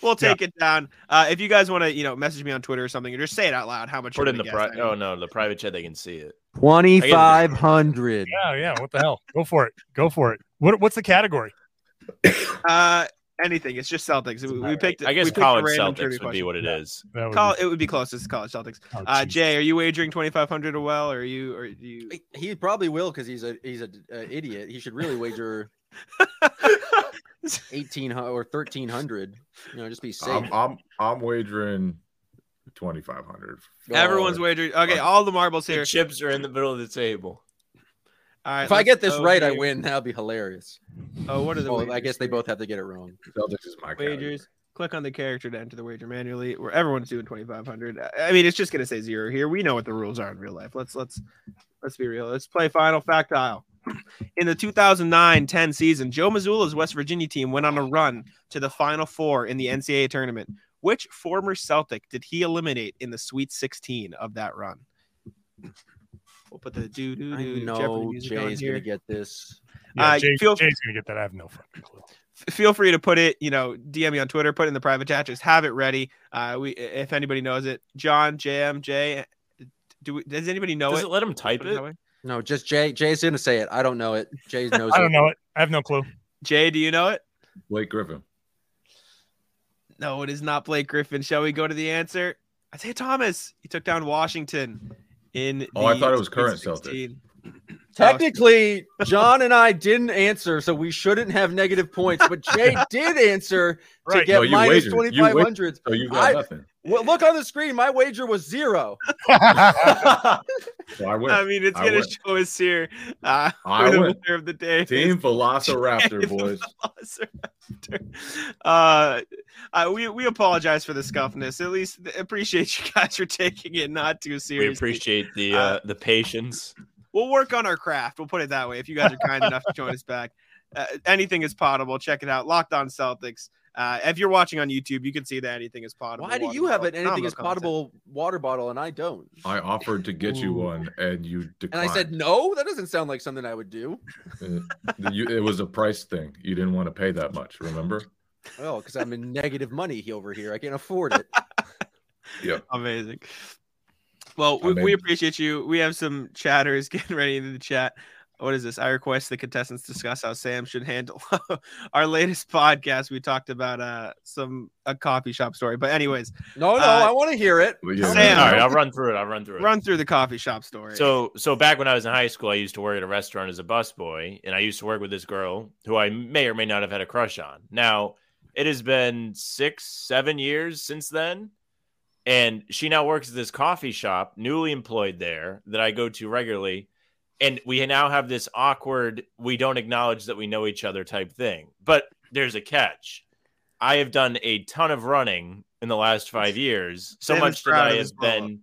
Speaker 3: we'll take it down. Uh, if you guys want to, you know, message me on Twitter or something, or just say it out loud. How much?
Speaker 7: Put
Speaker 3: you're
Speaker 7: in the
Speaker 3: gonna
Speaker 7: pri-
Speaker 3: guess. I
Speaker 7: oh
Speaker 3: mean, [LAUGHS]
Speaker 7: no, the private chat they can see it.
Speaker 6: twenty five hundred.
Speaker 5: [LAUGHS] Yeah, yeah. What the hell? Go for it. Go for it. What, what's the category?
Speaker 3: Uh, anything. It's just Celtics. We, we picked.
Speaker 7: oh. I
Speaker 3: we
Speaker 7: guess
Speaker 3: picked a
Speaker 7: college
Speaker 3: random
Speaker 7: Celtics
Speaker 3: trivia
Speaker 7: would be
Speaker 3: question.
Speaker 7: what it
Speaker 5: Yeah.
Speaker 7: is.
Speaker 5: That would
Speaker 3: Col-
Speaker 5: be-
Speaker 3: it would be closest to college Celtics.
Speaker 5: oh,
Speaker 3: Uh,
Speaker 5: geez.
Speaker 3: Jay, are you wagering twenty five hundred or well? Or are you? Or do you?
Speaker 6: He probably will because he's a he's a, a idiot. He should really wager eighteen hu- or thirteen hundred. You know, just be safe.
Speaker 4: I'm I'm I'm wagering twenty five hundred.
Speaker 3: [LAUGHS]
Speaker 6: Go
Speaker 3: Everyone's
Speaker 6: all
Speaker 3: wagering. Okay, all the marbles
Speaker 7: The
Speaker 3: here.
Speaker 7: chips are in the middle of the table.
Speaker 3: All right,
Speaker 6: If I
Speaker 3: let's
Speaker 6: get this
Speaker 3: go
Speaker 6: right, I
Speaker 3: here.
Speaker 6: win. That'd be hilarious.
Speaker 3: Oh, what are the?
Speaker 6: Well, I
Speaker 3: wagers
Speaker 6: guess they
Speaker 3: here?
Speaker 6: both have to get it wrong.
Speaker 4: Celtics is my
Speaker 3: wagers. Click on the character to enter the wager manually. Where everyone's doing twenty five hundred. I mean, it's just gonna say zero here. We know what the rules are in real life. Let's let's let's be real. Let's play final factile. In the 2009-10 season, Joe Missoula's West Virginia team went on a run to the Final Four in the NCAA tournament. Which former Celtic did he eliminate in the Sweet 16 of that run? We'll put the doo doo
Speaker 6: I
Speaker 3: doo Jeopardy
Speaker 6: know
Speaker 3: music on
Speaker 6: Jay's
Speaker 3: here.
Speaker 6: gonna get this.
Speaker 5: Yeah,
Speaker 3: uh,
Speaker 5: Jay-
Speaker 3: feel-
Speaker 5: Jay's gonna get that. I have no fucking clue.
Speaker 3: f- feel free to put it, you know, DM me on Twitter, put it in the private chat, just have it ready. Uh, we, if anybody knows it, John, JM, Jay, do we, does anybody know
Speaker 7: Does
Speaker 3: it?
Speaker 7: it let him type
Speaker 3: Put it that
Speaker 7: it?
Speaker 3: way.
Speaker 6: No, just Jay. Jay's gonna say it. I don't know it. Jay knows
Speaker 5: I
Speaker 6: it.
Speaker 5: don't know it. I have no clue. [LAUGHS]
Speaker 3: Jay, do you know it?
Speaker 4: Guy. Blake Griffin.
Speaker 3: No, it is not Blake Griffin. Shall we go to the answer? Isaiah Thomas. He took down Washington in.
Speaker 4: Oh, I
Speaker 3: the
Speaker 4: thought it was current
Speaker 3: Sweet 16.
Speaker 6: Technically, John and I didn't answer, so we shouldn't have negative points. But Jay did answer to
Speaker 5: Right.
Speaker 6: get
Speaker 4: No, you
Speaker 6: minus
Speaker 4: wagered. You
Speaker 6: twenty five hundred.
Speaker 4: So you got
Speaker 6: I-
Speaker 4: nothing.
Speaker 6: Well, look on the screen. My wager was zero.
Speaker 4: So I win.
Speaker 3: I mean, it's
Speaker 4: I
Speaker 3: gonna
Speaker 4: win.
Speaker 3: show us here. Uh,
Speaker 4: I
Speaker 3: who the
Speaker 4: win.
Speaker 3: winner of the day. is.
Speaker 6: [LAUGHS]
Speaker 4: Team Velociraptor, boys.
Speaker 3: Uh, uh, we we apologize for the scuffness. At least th- appreciate you guys for taking it not too seriously.
Speaker 7: We appreciate the
Speaker 3: Uh,
Speaker 7: uh, the patience.
Speaker 3: We'll work on our craft. We'll put it that way. If you guys are kind enough to join us back, uh, anything is potable. Check it out. Locked on Celtics. Uh, if you're watching on YouTube, you can see that anything is potable.
Speaker 6: Why do
Speaker 3: Water
Speaker 6: you have
Speaker 3: bottle.
Speaker 6: an anything
Speaker 3: Phenomenal
Speaker 6: is
Speaker 3: content.
Speaker 6: potable water bottle and I don't?
Speaker 4: I offered to get you
Speaker 3: Ooh.
Speaker 4: one, and you
Speaker 6: And
Speaker 4: declined.
Speaker 6: I said no. That doesn't sound like something I would do.
Speaker 4: said you, it was a price thing. You didn't want to pay that much. Remember?
Speaker 6: Oh, because I'm in negative money he- over here. I can't afford it.
Speaker 3: Amazing. Well, we, we
Speaker 4: Amazing.
Speaker 3: appreciate you. We have some chatters [LAUGHS] getting ready into the chat. What is this? I request the contestants discuss how Sam should handle [LAUGHS] our latest podcast. We talked about uh some a coffee shop story, but anyways,
Speaker 6: No, no,
Speaker 3: Uh,
Speaker 6: I want to hear it.
Speaker 4: But yeah,
Speaker 3: Sam.
Speaker 7: All right, I'll run through it. I'll run through it.
Speaker 3: run through the coffee shop story.
Speaker 7: So, so back when I was in high school, I used to work at a restaurant as a busboy, and I used to work with this girl who I may or may not have had a crush on. Now, it has been six, seven years since then, and she now works at this coffee shop, newly employed there that I go to regularly, and we now have this awkward, we don't acknowledge that we know each other type thing. But there's a catch. I have done a ton of running in the last five years, so
Speaker 3: Sam is
Speaker 7: much that
Speaker 3: proud
Speaker 7: I
Speaker 3: of
Speaker 7: have
Speaker 3: his follow-up.
Speaker 7: been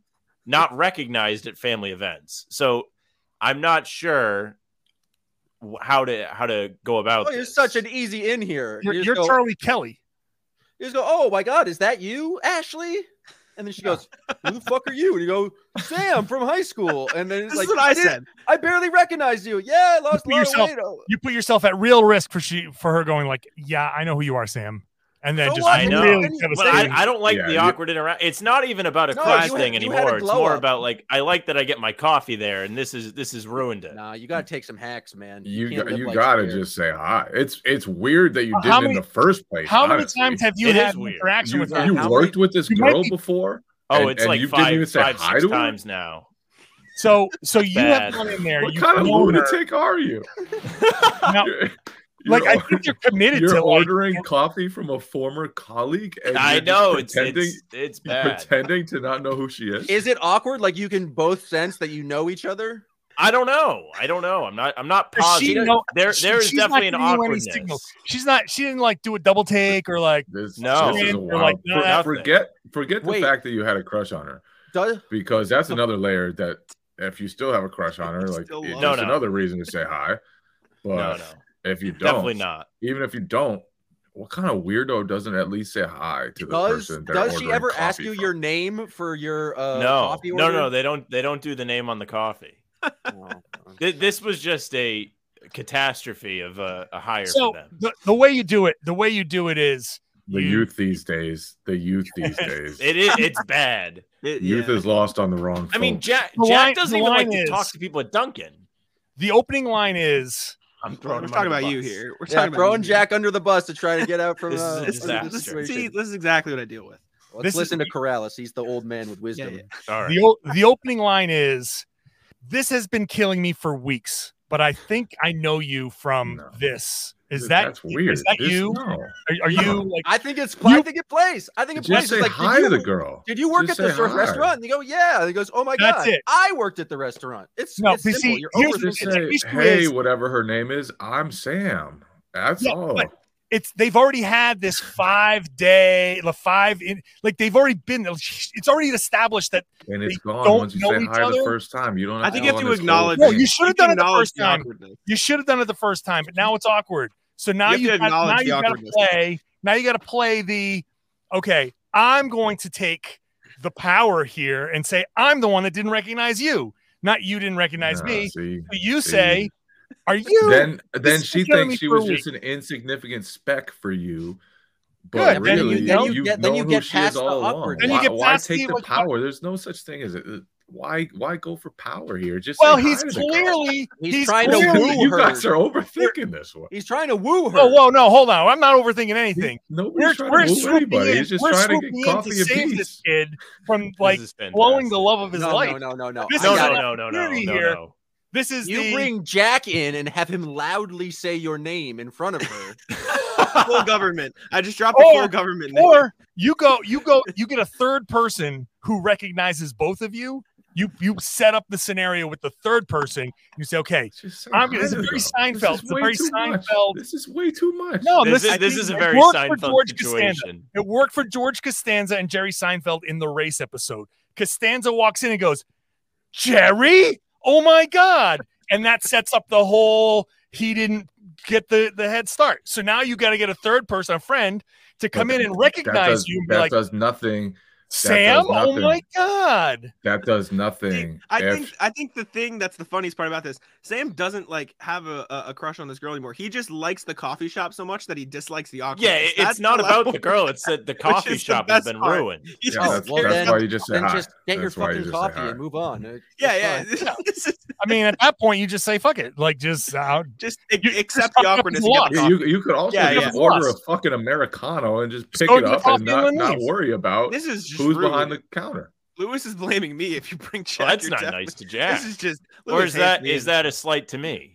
Speaker 7: not recognized at family events. So I'm not sure wh- how to how to go about.
Speaker 6: Oh, you're
Speaker 7: this.
Speaker 6: such an easy in here.
Speaker 5: You're,
Speaker 6: you just
Speaker 5: you're
Speaker 6: go-
Speaker 5: Charlie Kelly.
Speaker 6: you just go, oh my God, is that you, Ashley? And then she goes, who the fuck are you? And you go, Sam from high school. And then it's
Speaker 3: this
Speaker 6: like,
Speaker 3: is what I
Speaker 6: "Dude,
Speaker 3: said.
Speaker 6: I barely recognize you. Yeah, I lost a
Speaker 5: Put
Speaker 6: lot
Speaker 5: yourself-
Speaker 6: of weight. Oh,
Speaker 5: You put yourself at real risk for she for her going like, yeah, I know who you are, Sam, and then
Speaker 6: So
Speaker 5: just
Speaker 6: what?
Speaker 7: I know.
Speaker 5: really
Speaker 7: But
Speaker 5: devastating.
Speaker 7: I, I don't like
Speaker 4: Yeah,
Speaker 7: the
Speaker 4: you-
Speaker 7: awkward interaction. It's not even about a
Speaker 6: No,
Speaker 7: crush
Speaker 6: you had-
Speaker 7: thing
Speaker 6: you had a
Speaker 7: anymore. It's more
Speaker 6: glow-up.
Speaker 7: about like I like that I get my coffee there, and this is this has ruined it.
Speaker 6: Nah, you got to take some hacks, man.
Speaker 4: You
Speaker 6: can't
Speaker 4: got,
Speaker 6: live
Speaker 4: you
Speaker 6: like
Speaker 4: gotta
Speaker 6: Square.
Speaker 4: just say hi. It's it's weird that you
Speaker 5: Well,
Speaker 4: did
Speaker 5: how
Speaker 4: it in
Speaker 5: many-
Speaker 4: the first place.
Speaker 5: How many
Speaker 4: honestly.
Speaker 5: times have you
Speaker 7: It
Speaker 5: had
Speaker 7: is
Speaker 5: an
Speaker 7: weird.
Speaker 5: interaction
Speaker 4: you,
Speaker 5: with
Speaker 6: that?
Speaker 5: her?
Speaker 4: you
Speaker 6: How
Speaker 4: worked with this
Speaker 5: You might
Speaker 4: girl
Speaker 5: be-
Speaker 4: before?
Speaker 7: Oh,
Speaker 4: And-
Speaker 7: it's
Speaker 4: and
Speaker 7: like
Speaker 4: you didn't even
Speaker 7: five,
Speaker 4: say
Speaker 7: five,
Speaker 4: hi
Speaker 7: six
Speaker 4: to her?
Speaker 7: times now.
Speaker 5: So, so you
Speaker 7: Bad.
Speaker 5: have gone in there.
Speaker 4: what
Speaker 5: you've
Speaker 4: kind of
Speaker 5: known her.
Speaker 4: lunatic
Speaker 5: [LAUGHS]
Speaker 4: are you? [LAUGHS]
Speaker 5: No.
Speaker 4: You're-
Speaker 5: Like I
Speaker 4: you're-
Speaker 5: think you're committed
Speaker 4: you're
Speaker 5: to like
Speaker 4: ordering coffee from a former colleague. And
Speaker 7: I
Speaker 4: you're just
Speaker 7: know it's
Speaker 4: pretending,
Speaker 7: it's it's
Speaker 4: you're
Speaker 7: bad.
Speaker 4: pretending to not know who she is.
Speaker 6: Is it awkward? Like you can both sense that you know each other?
Speaker 7: I don't know. I don't know. I'm not. I'm not
Speaker 5: Does she
Speaker 7: positive.
Speaker 5: know-
Speaker 7: there,
Speaker 5: she-
Speaker 7: there is
Speaker 5: she's not
Speaker 7: definitely an
Speaker 5: giving you any
Speaker 7: awkwardness.
Speaker 5: signal. She's not. She didn't like do a double take or like.
Speaker 4: This,
Speaker 7: No.
Speaker 4: this is a
Speaker 5: You're
Speaker 4: wild.
Speaker 5: like,
Speaker 4: for-
Speaker 5: nah.
Speaker 4: forget forget the
Speaker 6: Wait.
Speaker 4: fact that you had a crush on her
Speaker 6: Does
Speaker 4: because that's another layer that if you still have a crush on her,
Speaker 3: It's
Speaker 4: like
Speaker 3: still
Speaker 4: it's
Speaker 3: love.
Speaker 7: No, no.
Speaker 4: another reason to say hi. But
Speaker 7: No, no,
Speaker 4: if you Uh, don't,
Speaker 7: definitely not.
Speaker 4: Even if you don't, what kind of weirdo doesn't at least say hi to the
Speaker 6: does
Speaker 4: person? they're
Speaker 6: does she
Speaker 4: ordering
Speaker 6: ever ask
Speaker 4: coffee
Speaker 6: you
Speaker 4: from?
Speaker 6: your name for your uh,
Speaker 7: no,
Speaker 6: coffee
Speaker 7: no,
Speaker 6: order?
Speaker 7: no. They don't. They don't do the name on the coffee.
Speaker 6: Oh, okay.
Speaker 7: Th- This was just a catastrophe of a, a hire
Speaker 5: So
Speaker 7: for them.
Speaker 5: the, the way you do it, the way you do it is
Speaker 4: The
Speaker 5: you-
Speaker 4: youth these days, the youth these days,
Speaker 7: It is it's bad.
Speaker 3: It-
Speaker 4: youth
Speaker 3: yeah.
Speaker 4: is lost on the wrong.
Speaker 7: I mean,
Speaker 4: folks.
Speaker 7: Jack
Speaker 5: The line-
Speaker 7: Jack doesn't
Speaker 5: the
Speaker 7: even like
Speaker 5: line
Speaker 7: to talk
Speaker 5: is-
Speaker 7: to people at Duncan.
Speaker 5: the opening line is
Speaker 7: I'm throwing.
Speaker 3: We're
Speaker 7: him
Speaker 3: talking
Speaker 7: under
Speaker 3: about
Speaker 7: the
Speaker 3: you
Speaker 7: bus.
Speaker 3: here. We're
Speaker 6: Yeah,
Speaker 3: talking
Speaker 6: throwing
Speaker 3: about you here.
Speaker 6: Jack under the bus to try to get out from
Speaker 7: This is
Speaker 6: [LAUGHS]
Speaker 7: a
Speaker 6: uh,
Speaker 3: This is,
Speaker 7: disaster.
Speaker 3: this, is,
Speaker 6: situation.
Speaker 3: see, this is exactly what I deal with.
Speaker 6: Let's
Speaker 5: This is-
Speaker 6: listen to Corrales. He's the old man with wisdom.
Speaker 3: yeah.
Speaker 7: All right.
Speaker 5: the o- the opening line is this has been killing me for weeks, but I think I know you from
Speaker 4: No.
Speaker 5: this. Is that
Speaker 4: that's weird?
Speaker 5: Is that
Speaker 4: This-
Speaker 5: you?
Speaker 4: No.
Speaker 5: Are, are you
Speaker 4: No.
Speaker 5: like
Speaker 6: I think it's. Play, I
Speaker 5: You-
Speaker 6: think it plays. I think it plays.
Speaker 4: Just
Speaker 6: It's
Speaker 4: say
Speaker 6: like, did
Speaker 4: hi to
Speaker 6: you-
Speaker 4: the girl.
Speaker 6: Did you work
Speaker 4: Just
Speaker 6: at
Speaker 4: say
Speaker 6: this
Speaker 4: hi.
Speaker 6: restaurant? And they go, yeah. And he goes, oh my
Speaker 5: That's
Speaker 6: god,
Speaker 5: it.
Speaker 6: I worked at the restaurant. It's
Speaker 5: No,
Speaker 6: it's
Speaker 5: you
Speaker 6: simple.
Speaker 5: see,
Speaker 6: You're
Speaker 5: here's
Speaker 6: over
Speaker 5: the
Speaker 4: Just
Speaker 5: It's
Speaker 4: say,
Speaker 5: like Mr.
Speaker 4: hey,
Speaker 5: Wiz.
Speaker 4: whatever her name is, I'm Sam. That's
Speaker 5: Yeah,
Speaker 4: all.
Speaker 5: but- it's they've already had this five day the five in like they've already been it's already established that
Speaker 4: And
Speaker 5: they
Speaker 4: it's gone
Speaker 5: don't
Speaker 4: once you
Speaker 5: know
Speaker 4: say
Speaker 5: each
Speaker 4: hi the
Speaker 5: other.
Speaker 4: first time. You don't.
Speaker 3: I
Speaker 4: Have
Speaker 3: think
Speaker 4: to
Speaker 3: you
Speaker 4: go
Speaker 3: have
Speaker 4: on
Speaker 3: to
Speaker 4: this whole
Speaker 3: acknowledge
Speaker 5: Well,
Speaker 4: thing.
Speaker 5: you should have done it the
Speaker 3: Acknowledge
Speaker 5: first time.
Speaker 3: awkwardness.
Speaker 5: you should have done it the first time but now it's awkward so now
Speaker 3: have
Speaker 5: you,
Speaker 3: to
Speaker 5: got,
Speaker 3: acknowledge
Speaker 5: now
Speaker 3: the
Speaker 5: you got to
Speaker 3: awkwardness.
Speaker 5: play now you got to play the okay i'm going to take the power here and say i'm the one that didn't recognize you not you didn't recognize
Speaker 4: Nah,
Speaker 5: me
Speaker 4: see,
Speaker 5: but you
Speaker 4: see.
Speaker 5: say are you
Speaker 4: then then
Speaker 5: is
Speaker 4: she
Speaker 5: killing me
Speaker 4: thinks she
Speaker 5: for a
Speaker 4: was just an insignificant speck for you.
Speaker 5: Good,
Speaker 4: But
Speaker 5: then you-
Speaker 4: really,
Speaker 5: then
Speaker 6: you get- then
Speaker 4: know
Speaker 6: you
Speaker 4: who
Speaker 6: get
Speaker 4: she is
Speaker 6: past the
Speaker 4: all along.
Speaker 6: awkward-
Speaker 5: Then you
Speaker 4: Why,
Speaker 5: get
Speaker 4: why
Speaker 5: past
Speaker 4: take
Speaker 5: the-
Speaker 4: the power? There's no such thing as it. Why why go for power here? Just
Speaker 5: well
Speaker 4: say hi
Speaker 5: he's
Speaker 4: to the girl.
Speaker 5: clearly
Speaker 6: He's
Speaker 5: he's
Speaker 6: trying to
Speaker 4: You-
Speaker 5: clearly-
Speaker 6: woo
Speaker 4: You guys
Speaker 6: her.
Speaker 4: are overthinking this one.
Speaker 6: He's trying to woo her.
Speaker 5: whoa oh, whoa no hold on i'm not overthinking anything we're,
Speaker 4: Nobody's
Speaker 5: we're
Speaker 4: trying to move
Speaker 5: swooping
Speaker 4: anybody.
Speaker 5: in,
Speaker 4: He's just
Speaker 5: we're
Speaker 4: trying to
Speaker 5: swooping
Speaker 4: get
Speaker 5: in
Speaker 4: coffee
Speaker 5: to
Speaker 4: and
Speaker 5: save this
Speaker 4: peace.
Speaker 5: kid from
Speaker 7: This
Speaker 5: like
Speaker 7: is fantastic.
Speaker 5: blowing the love of his
Speaker 6: no,
Speaker 5: life.
Speaker 6: no, no, no, no.
Speaker 5: This
Speaker 6: I
Speaker 7: No,
Speaker 5: is
Speaker 6: got
Speaker 5: an
Speaker 7: no,
Speaker 6: it.
Speaker 7: no, no, no,
Speaker 5: opportunity
Speaker 7: no,
Speaker 5: here.
Speaker 7: no.
Speaker 5: This is
Speaker 6: You
Speaker 5: the
Speaker 6: bring Jack in and have him loudly say your name in front of her.
Speaker 3: full government. I
Speaker 5: [LAUGHS]
Speaker 3: just dropped the
Speaker 5: Or-
Speaker 3: full government. name.
Speaker 5: or you go you go you get a third person who recognizes both of you. You you set up the scenario with the third person. You say, okay,
Speaker 4: Just say
Speaker 5: I'm,
Speaker 4: hi
Speaker 5: this is
Speaker 4: to the
Speaker 5: very
Speaker 4: girl.
Speaker 5: Seinfeld.
Speaker 4: This is
Speaker 5: It's a
Speaker 4: way
Speaker 5: very
Speaker 4: too much.
Speaker 5: Seinfeld.
Speaker 4: This is way too much.
Speaker 5: No,
Speaker 7: this,
Speaker 5: this,
Speaker 7: is this is a
Speaker 5: it
Speaker 7: very
Speaker 5: worked for
Speaker 7: Seinfeld
Speaker 5: George Costanza.
Speaker 7: situation.
Speaker 5: It worked for George Costanza and Jerry Seinfeld in the race episode. Costanza walks in and goes, Jerry, oh my God. And that sets up the whole he didn't get the, the head start. So now you got to get a third person, a friend, to come in and
Speaker 4: That
Speaker 5: recognize
Speaker 4: does,
Speaker 5: you and be
Speaker 4: that
Speaker 5: like,
Speaker 4: does nothing.
Speaker 5: Sam, oh
Speaker 4: nothing.
Speaker 5: my God.
Speaker 4: That does
Speaker 3: See,
Speaker 4: nothing.
Speaker 3: I
Speaker 4: if-
Speaker 3: think I think the thing that's the funniest part about this, Sam doesn't like have a, a, a crush on this girl anymore. He just likes the coffee shop so much that he dislikes the awkwardness.
Speaker 7: Yeah, it- it's
Speaker 3: That's
Speaker 7: not
Speaker 3: the [LAUGHS]
Speaker 7: about the
Speaker 3: level-
Speaker 7: girl. It's that the coffee
Speaker 3: is the
Speaker 7: shop has
Speaker 3: best
Speaker 7: been
Speaker 3: part.
Speaker 7: ruined.
Speaker 3: He
Speaker 4: yeah,
Speaker 6: Oh,
Speaker 3: just
Speaker 4: that's,
Speaker 6: well,
Speaker 3: cares
Speaker 4: that's
Speaker 6: then-
Speaker 4: why you just say
Speaker 6: then
Speaker 4: hi.
Speaker 6: just get your
Speaker 4: That's why you
Speaker 6: fucking
Speaker 4: just say
Speaker 6: coffee
Speaker 4: hi.
Speaker 6: and move on. It-
Speaker 3: yeah, [LAUGHS]
Speaker 6: it's
Speaker 3: yeah. just,
Speaker 5: I mean, at that point, you just say, fuck it. Like, just uh, out.
Speaker 3: just
Speaker 5: You-
Speaker 3: accept
Speaker 5: you're
Speaker 3: the awkwardness.
Speaker 5: fucking
Speaker 3: And get the
Speaker 4: Yeah,
Speaker 3: coffee.
Speaker 4: you, you could also
Speaker 3: Yeah,
Speaker 4: just
Speaker 5: yeah.
Speaker 4: order a
Speaker 5: Plus.
Speaker 4: fucking Americano and just
Speaker 5: Just
Speaker 4: pick
Speaker 5: go
Speaker 4: it
Speaker 5: get the
Speaker 4: up
Speaker 5: coffee
Speaker 4: and not,
Speaker 5: and
Speaker 4: not
Speaker 5: leave.
Speaker 4: worry about
Speaker 3: This is just
Speaker 4: who's
Speaker 3: rude.
Speaker 4: behind the counter.
Speaker 3: Lewis is blaming me if you bring Jack.
Speaker 7: Well, that's
Speaker 3: you're
Speaker 7: not
Speaker 3: definitely-
Speaker 7: nice to Jack.
Speaker 3: This is just.
Speaker 7: Or
Speaker 3: Lewis
Speaker 7: is
Speaker 3: hates
Speaker 7: that
Speaker 3: me.
Speaker 7: is that a slight to me?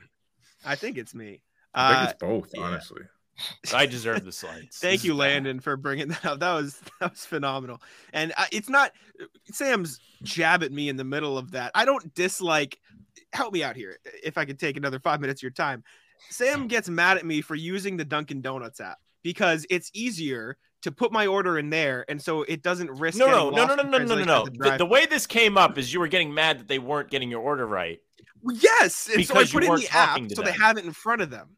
Speaker 3: I think it's me.
Speaker 4: I
Speaker 3: Uh,
Speaker 4: think it's both,
Speaker 3: yeah.
Speaker 4: honestly.
Speaker 3: [LAUGHS]
Speaker 7: I deserve the slights. This
Speaker 3: Thank
Speaker 7: is
Speaker 3: you,
Speaker 7: bad.
Speaker 3: Landon, for bringing that up. [LAUGHS] That was that was phenomenal. And uh, it's not Sam's jab at me in the middle of that. I don't dislike. Help me out here, if I could take another five minutes of your time. Sam gets mad at me for using the Dunkin' Donuts app because it's easier to put my order in there, and so it doesn't risk.
Speaker 7: No, no,
Speaker 3: getting
Speaker 7: no, no,
Speaker 3: lost
Speaker 7: no,
Speaker 3: in
Speaker 7: no, no, no,
Speaker 3: translation
Speaker 7: no.
Speaker 3: at the
Speaker 7: The, the
Speaker 3: drive-
Speaker 7: way this came up is you were getting mad that they weren't getting your order right.
Speaker 3: yes, and so I
Speaker 7: Because you
Speaker 3: put in
Speaker 7: weren't
Speaker 3: the app
Speaker 7: talking to
Speaker 3: so they
Speaker 7: them.
Speaker 3: have it in front of them.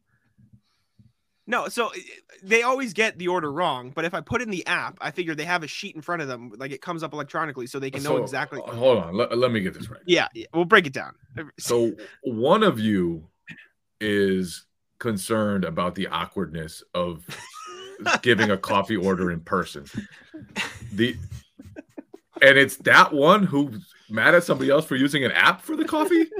Speaker 3: No, so i- they always get the order wrong. But if I put in the app, I figure they have a sheet in front of them, like it comes up electronically, so they can know
Speaker 4: So,
Speaker 3: exactly.
Speaker 4: uh, Hold on. Let, let me get this right.
Speaker 3: Yeah, yeah, we'll break it down. Uh, [LAUGHS]
Speaker 4: So one of you is concerned about the awkwardness of giving a coffee order in person. The and it's that one who's mad at somebody else for using an app for the coffee.
Speaker 3: [LAUGHS]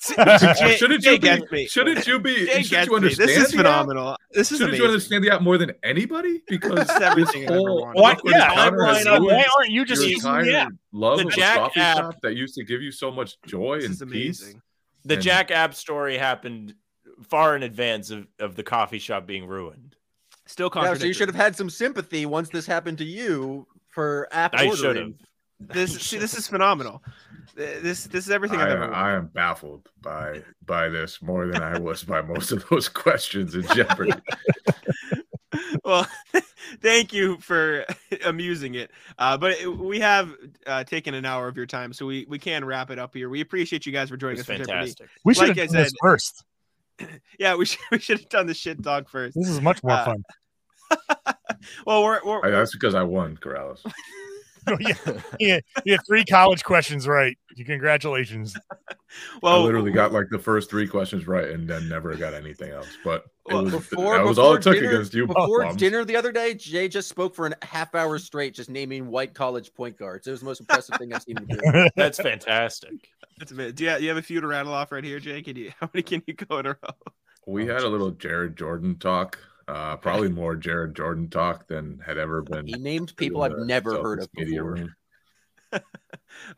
Speaker 4: [LAUGHS]
Speaker 3: Jay-
Speaker 4: shouldn't
Speaker 3: Jay
Speaker 4: you
Speaker 3: gets
Speaker 4: be?
Speaker 3: me.
Speaker 4: Shouldn't you be?
Speaker 3: Jay
Speaker 4: Shouldn't
Speaker 3: gets
Speaker 4: you
Speaker 3: me.
Speaker 4: understand?
Speaker 3: This is
Speaker 4: the app?
Speaker 3: phenomenal. This is
Speaker 4: Shouldn't you
Speaker 3: amazing.
Speaker 4: understand the app more than
Speaker 3: [LAUGHS]
Speaker 4: anybody? Because
Speaker 3: This is everything
Speaker 4: this
Speaker 3: I've ever
Speaker 4: whole
Speaker 3: wanted.
Speaker 5: Why,
Speaker 4: awkward
Speaker 5: yeah,
Speaker 4: encounter
Speaker 5: why,
Speaker 4: has
Speaker 5: not-
Speaker 4: ruined
Speaker 5: why aren't you just
Speaker 4: your
Speaker 5: using the
Speaker 4: entire
Speaker 5: app?
Speaker 4: love
Speaker 7: The
Speaker 4: of
Speaker 7: Jack
Speaker 4: a coffee
Speaker 7: app-
Speaker 4: shop that used to give you so much joy
Speaker 3: This
Speaker 4: and
Speaker 3: is
Speaker 4: peace.
Speaker 3: amazing.
Speaker 7: The
Speaker 4: And-
Speaker 7: Jack App story happened far in advance of, of the coffee shop being ruined.
Speaker 3: Still
Speaker 6: Yeah, so
Speaker 3: contradictory.
Speaker 6: you should have had some sympathy once this happened to you for app
Speaker 7: I should have.
Speaker 6: ordering.
Speaker 3: this. See, this is phenomenal. Th- This this is everything I,
Speaker 4: I,
Speaker 3: have ever. wanted.
Speaker 4: I am baffled by by this more than I was by most of those [LAUGHS] questions in Jeopardy.
Speaker 3: well, [LAUGHS] thank you for [LAUGHS] amusing it. Uh, but it- we have uh, taken an hour of your time, so we, we can wrap it up here. We appreciate you guys for
Speaker 7: It
Speaker 3: joining
Speaker 7: was
Speaker 3: us. for Jeopardy.
Speaker 7: fantastic.
Speaker 5: We
Speaker 3: Like
Speaker 5: should
Speaker 3: I
Speaker 5: have done this
Speaker 3: said-
Speaker 5: first.
Speaker 3: Yeah, we [LAUGHS] should, we should have done the shit dog first. [LAUGHS]
Speaker 5: This is much more
Speaker 3: Uh,
Speaker 5: fun. [LAUGHS]
Speaker 3: Well, we're, we're,
Speaker 4: I- that's because I won, Corrales.
Speaker 5: yeah, yeah, yeah, three college questions right. You congratulations.
Speaker 4: I
Speaker 3: Well,
Speaker 4: literally got like the first three questions right, and then never got anything else. But it
Speaker 6: Well,
Speaker 4: was,
Speaker 6: before,
Speaker 4: that was all it
Speaker 6: before
Speaker 4: took
Speaker 6: dinner,
Speaker 4: against you.
Speaker 6: Before
Speaker 4: bums.
Speaker 6: dinner the other day, Jay just spoke for a half hour straight, just naming white college point guards. It was the most impressive thing I've seen him do.
Speaker 4: [LAUGHS]
Speaker 7: That's fantastic.
Speaker 3: that's a bit. Do you, you have a few to rattle off right here, Jake? Can you, [LAUGHS] how many can you go in a row?
Speaker 4: we had a little Jared Jordan talk. Uh, probably more Jared Jordan talk than had ever been.
Speaker 6: He named people I've
Speaker 4: in the
Speaker 6: never heard
Speaker 4: Celtics
Speaker 6: of
Speaker 4: media
Speaker 6: before.
Speaker 4: room.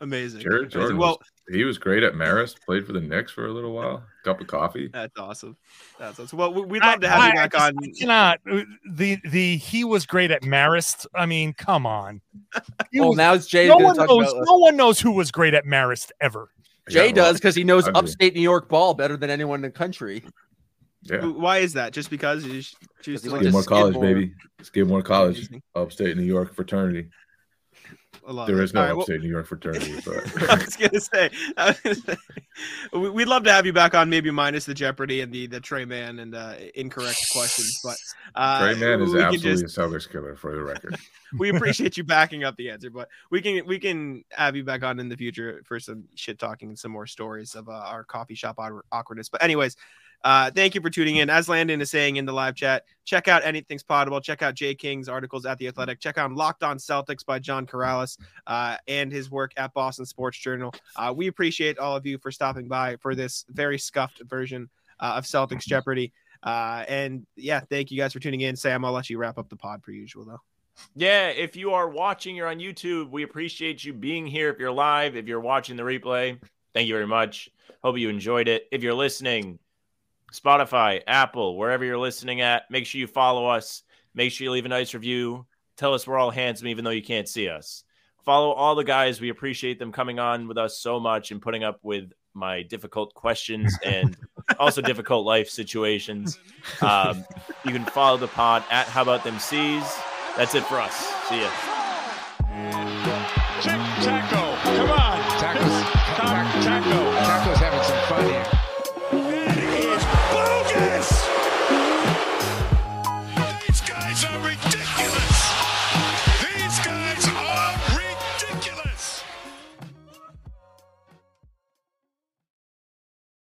Speaker 3: Amazing.
Speaker 4: Jared
Speaker 3: Amazing.
Speaker 4: Jordan.
Speaker 3: Well,
Speaker 4: was- he was great at Marist. Played for the Knicks for a little while. Cup of coffee.
Speaker 3: that's awesome. That's awesome. Well, we- we'd love to have you back
Speaker 5: just-
Speaker 3: on.
Speaker 5: I cannot. uh, The the he was great at Marist. I mean, come
Speaker 3: [LAUGHS]
Speaker 5: on. He
Speaker 6: Well,
Speaker 5: was-
Speaker 6: now it's Jay
Speaker 5: no
Speaker 6: going
Speaker 5: one
Speaker 6: to talk
Speaker 5: knows.
Speaker 6: about. uh,
Speaker 5: No one knows who was great at Marist ever.
Speaker 6: Jay
Speaker 4: Yeah, well,
Speaker 6: does because he knows
Speaker 4: I do.
Speaker 6: upstate New York ball better than anyone in the country.
Speaker 4: Yeah.
Speaker 3: Why is that? Just because you just choose
Speaker 6: Because
Speaker 3: to
Speaker 6: he
Speaker 3: like
Speaker 6: went
Speaker 4: Skidmore
Speaker 6: to
Speaker 4: College,
Speaker 6: Skidmore.
Speaker 4: baby. Skidmore College, upstate New York fraternity.
Speaker 3: I love
Speaker 4: There
Speaker 3: it.
Speaker 4: is no
Speaker 3: Uh, All right, well-
Speaker 4: upstate New
Speaker 3: [LAUGHS]
Speaker 4: York fraternity,
Speaker 3: I
Speaker 4: but [LAUGHS]
Speaker 3: was gonna say, I was gonna say we- we'd love to have you back on, maybe minus the Jeopardy and the the Trey Man and uh, incorrect questions. But uh,
Speaker 4: Trey Man is
Speaker 3: we can
Speaker 4: absolutely
Speaker 3: just
Speaker 4: a Celtics killer for the record.
Speaker 3: we appreciate you backing up the answer, but we can we can have you back on in the future for some shit talking and some more stories of uh, our coffee shop awk- awkwardness. But anyways, uh, thank you for tuning in. As Landon is saying in the live chat, check out anything's potable. Check out Jay King's articles at the Athletic. Check out Locked On Celtics by John Corrales uh, and his work at Boston Sports Journal. Uh, we appreciate all of you for stopping by for this very scuffed version uh, of Celtics Jeopardy. Uh, and yeah, thank you guys for tuning in. Sam, I'll let you wrap up the pod per usual though.
Speaker 7: Yeah, if you are watching, you're on YouTube. We appreciate you being here. If you're live, if you're watching the replay, thank you very much. Hope you enjoyed it. If you're listening, Spotify, Apple, wherever you're listening at, make sure you follow us. Make sure you leave a nice review. Tell us we're all handsome, even though you can't see us. Follow all the guys. We appreciate them coming on with us so much and putting up with my difficult questions and also difficult life situations. Um, you can follow the pod at How About Them Seas. That's it for us. See ya.
Speaker 1: Chick Taco. Come on. Taco. Taco.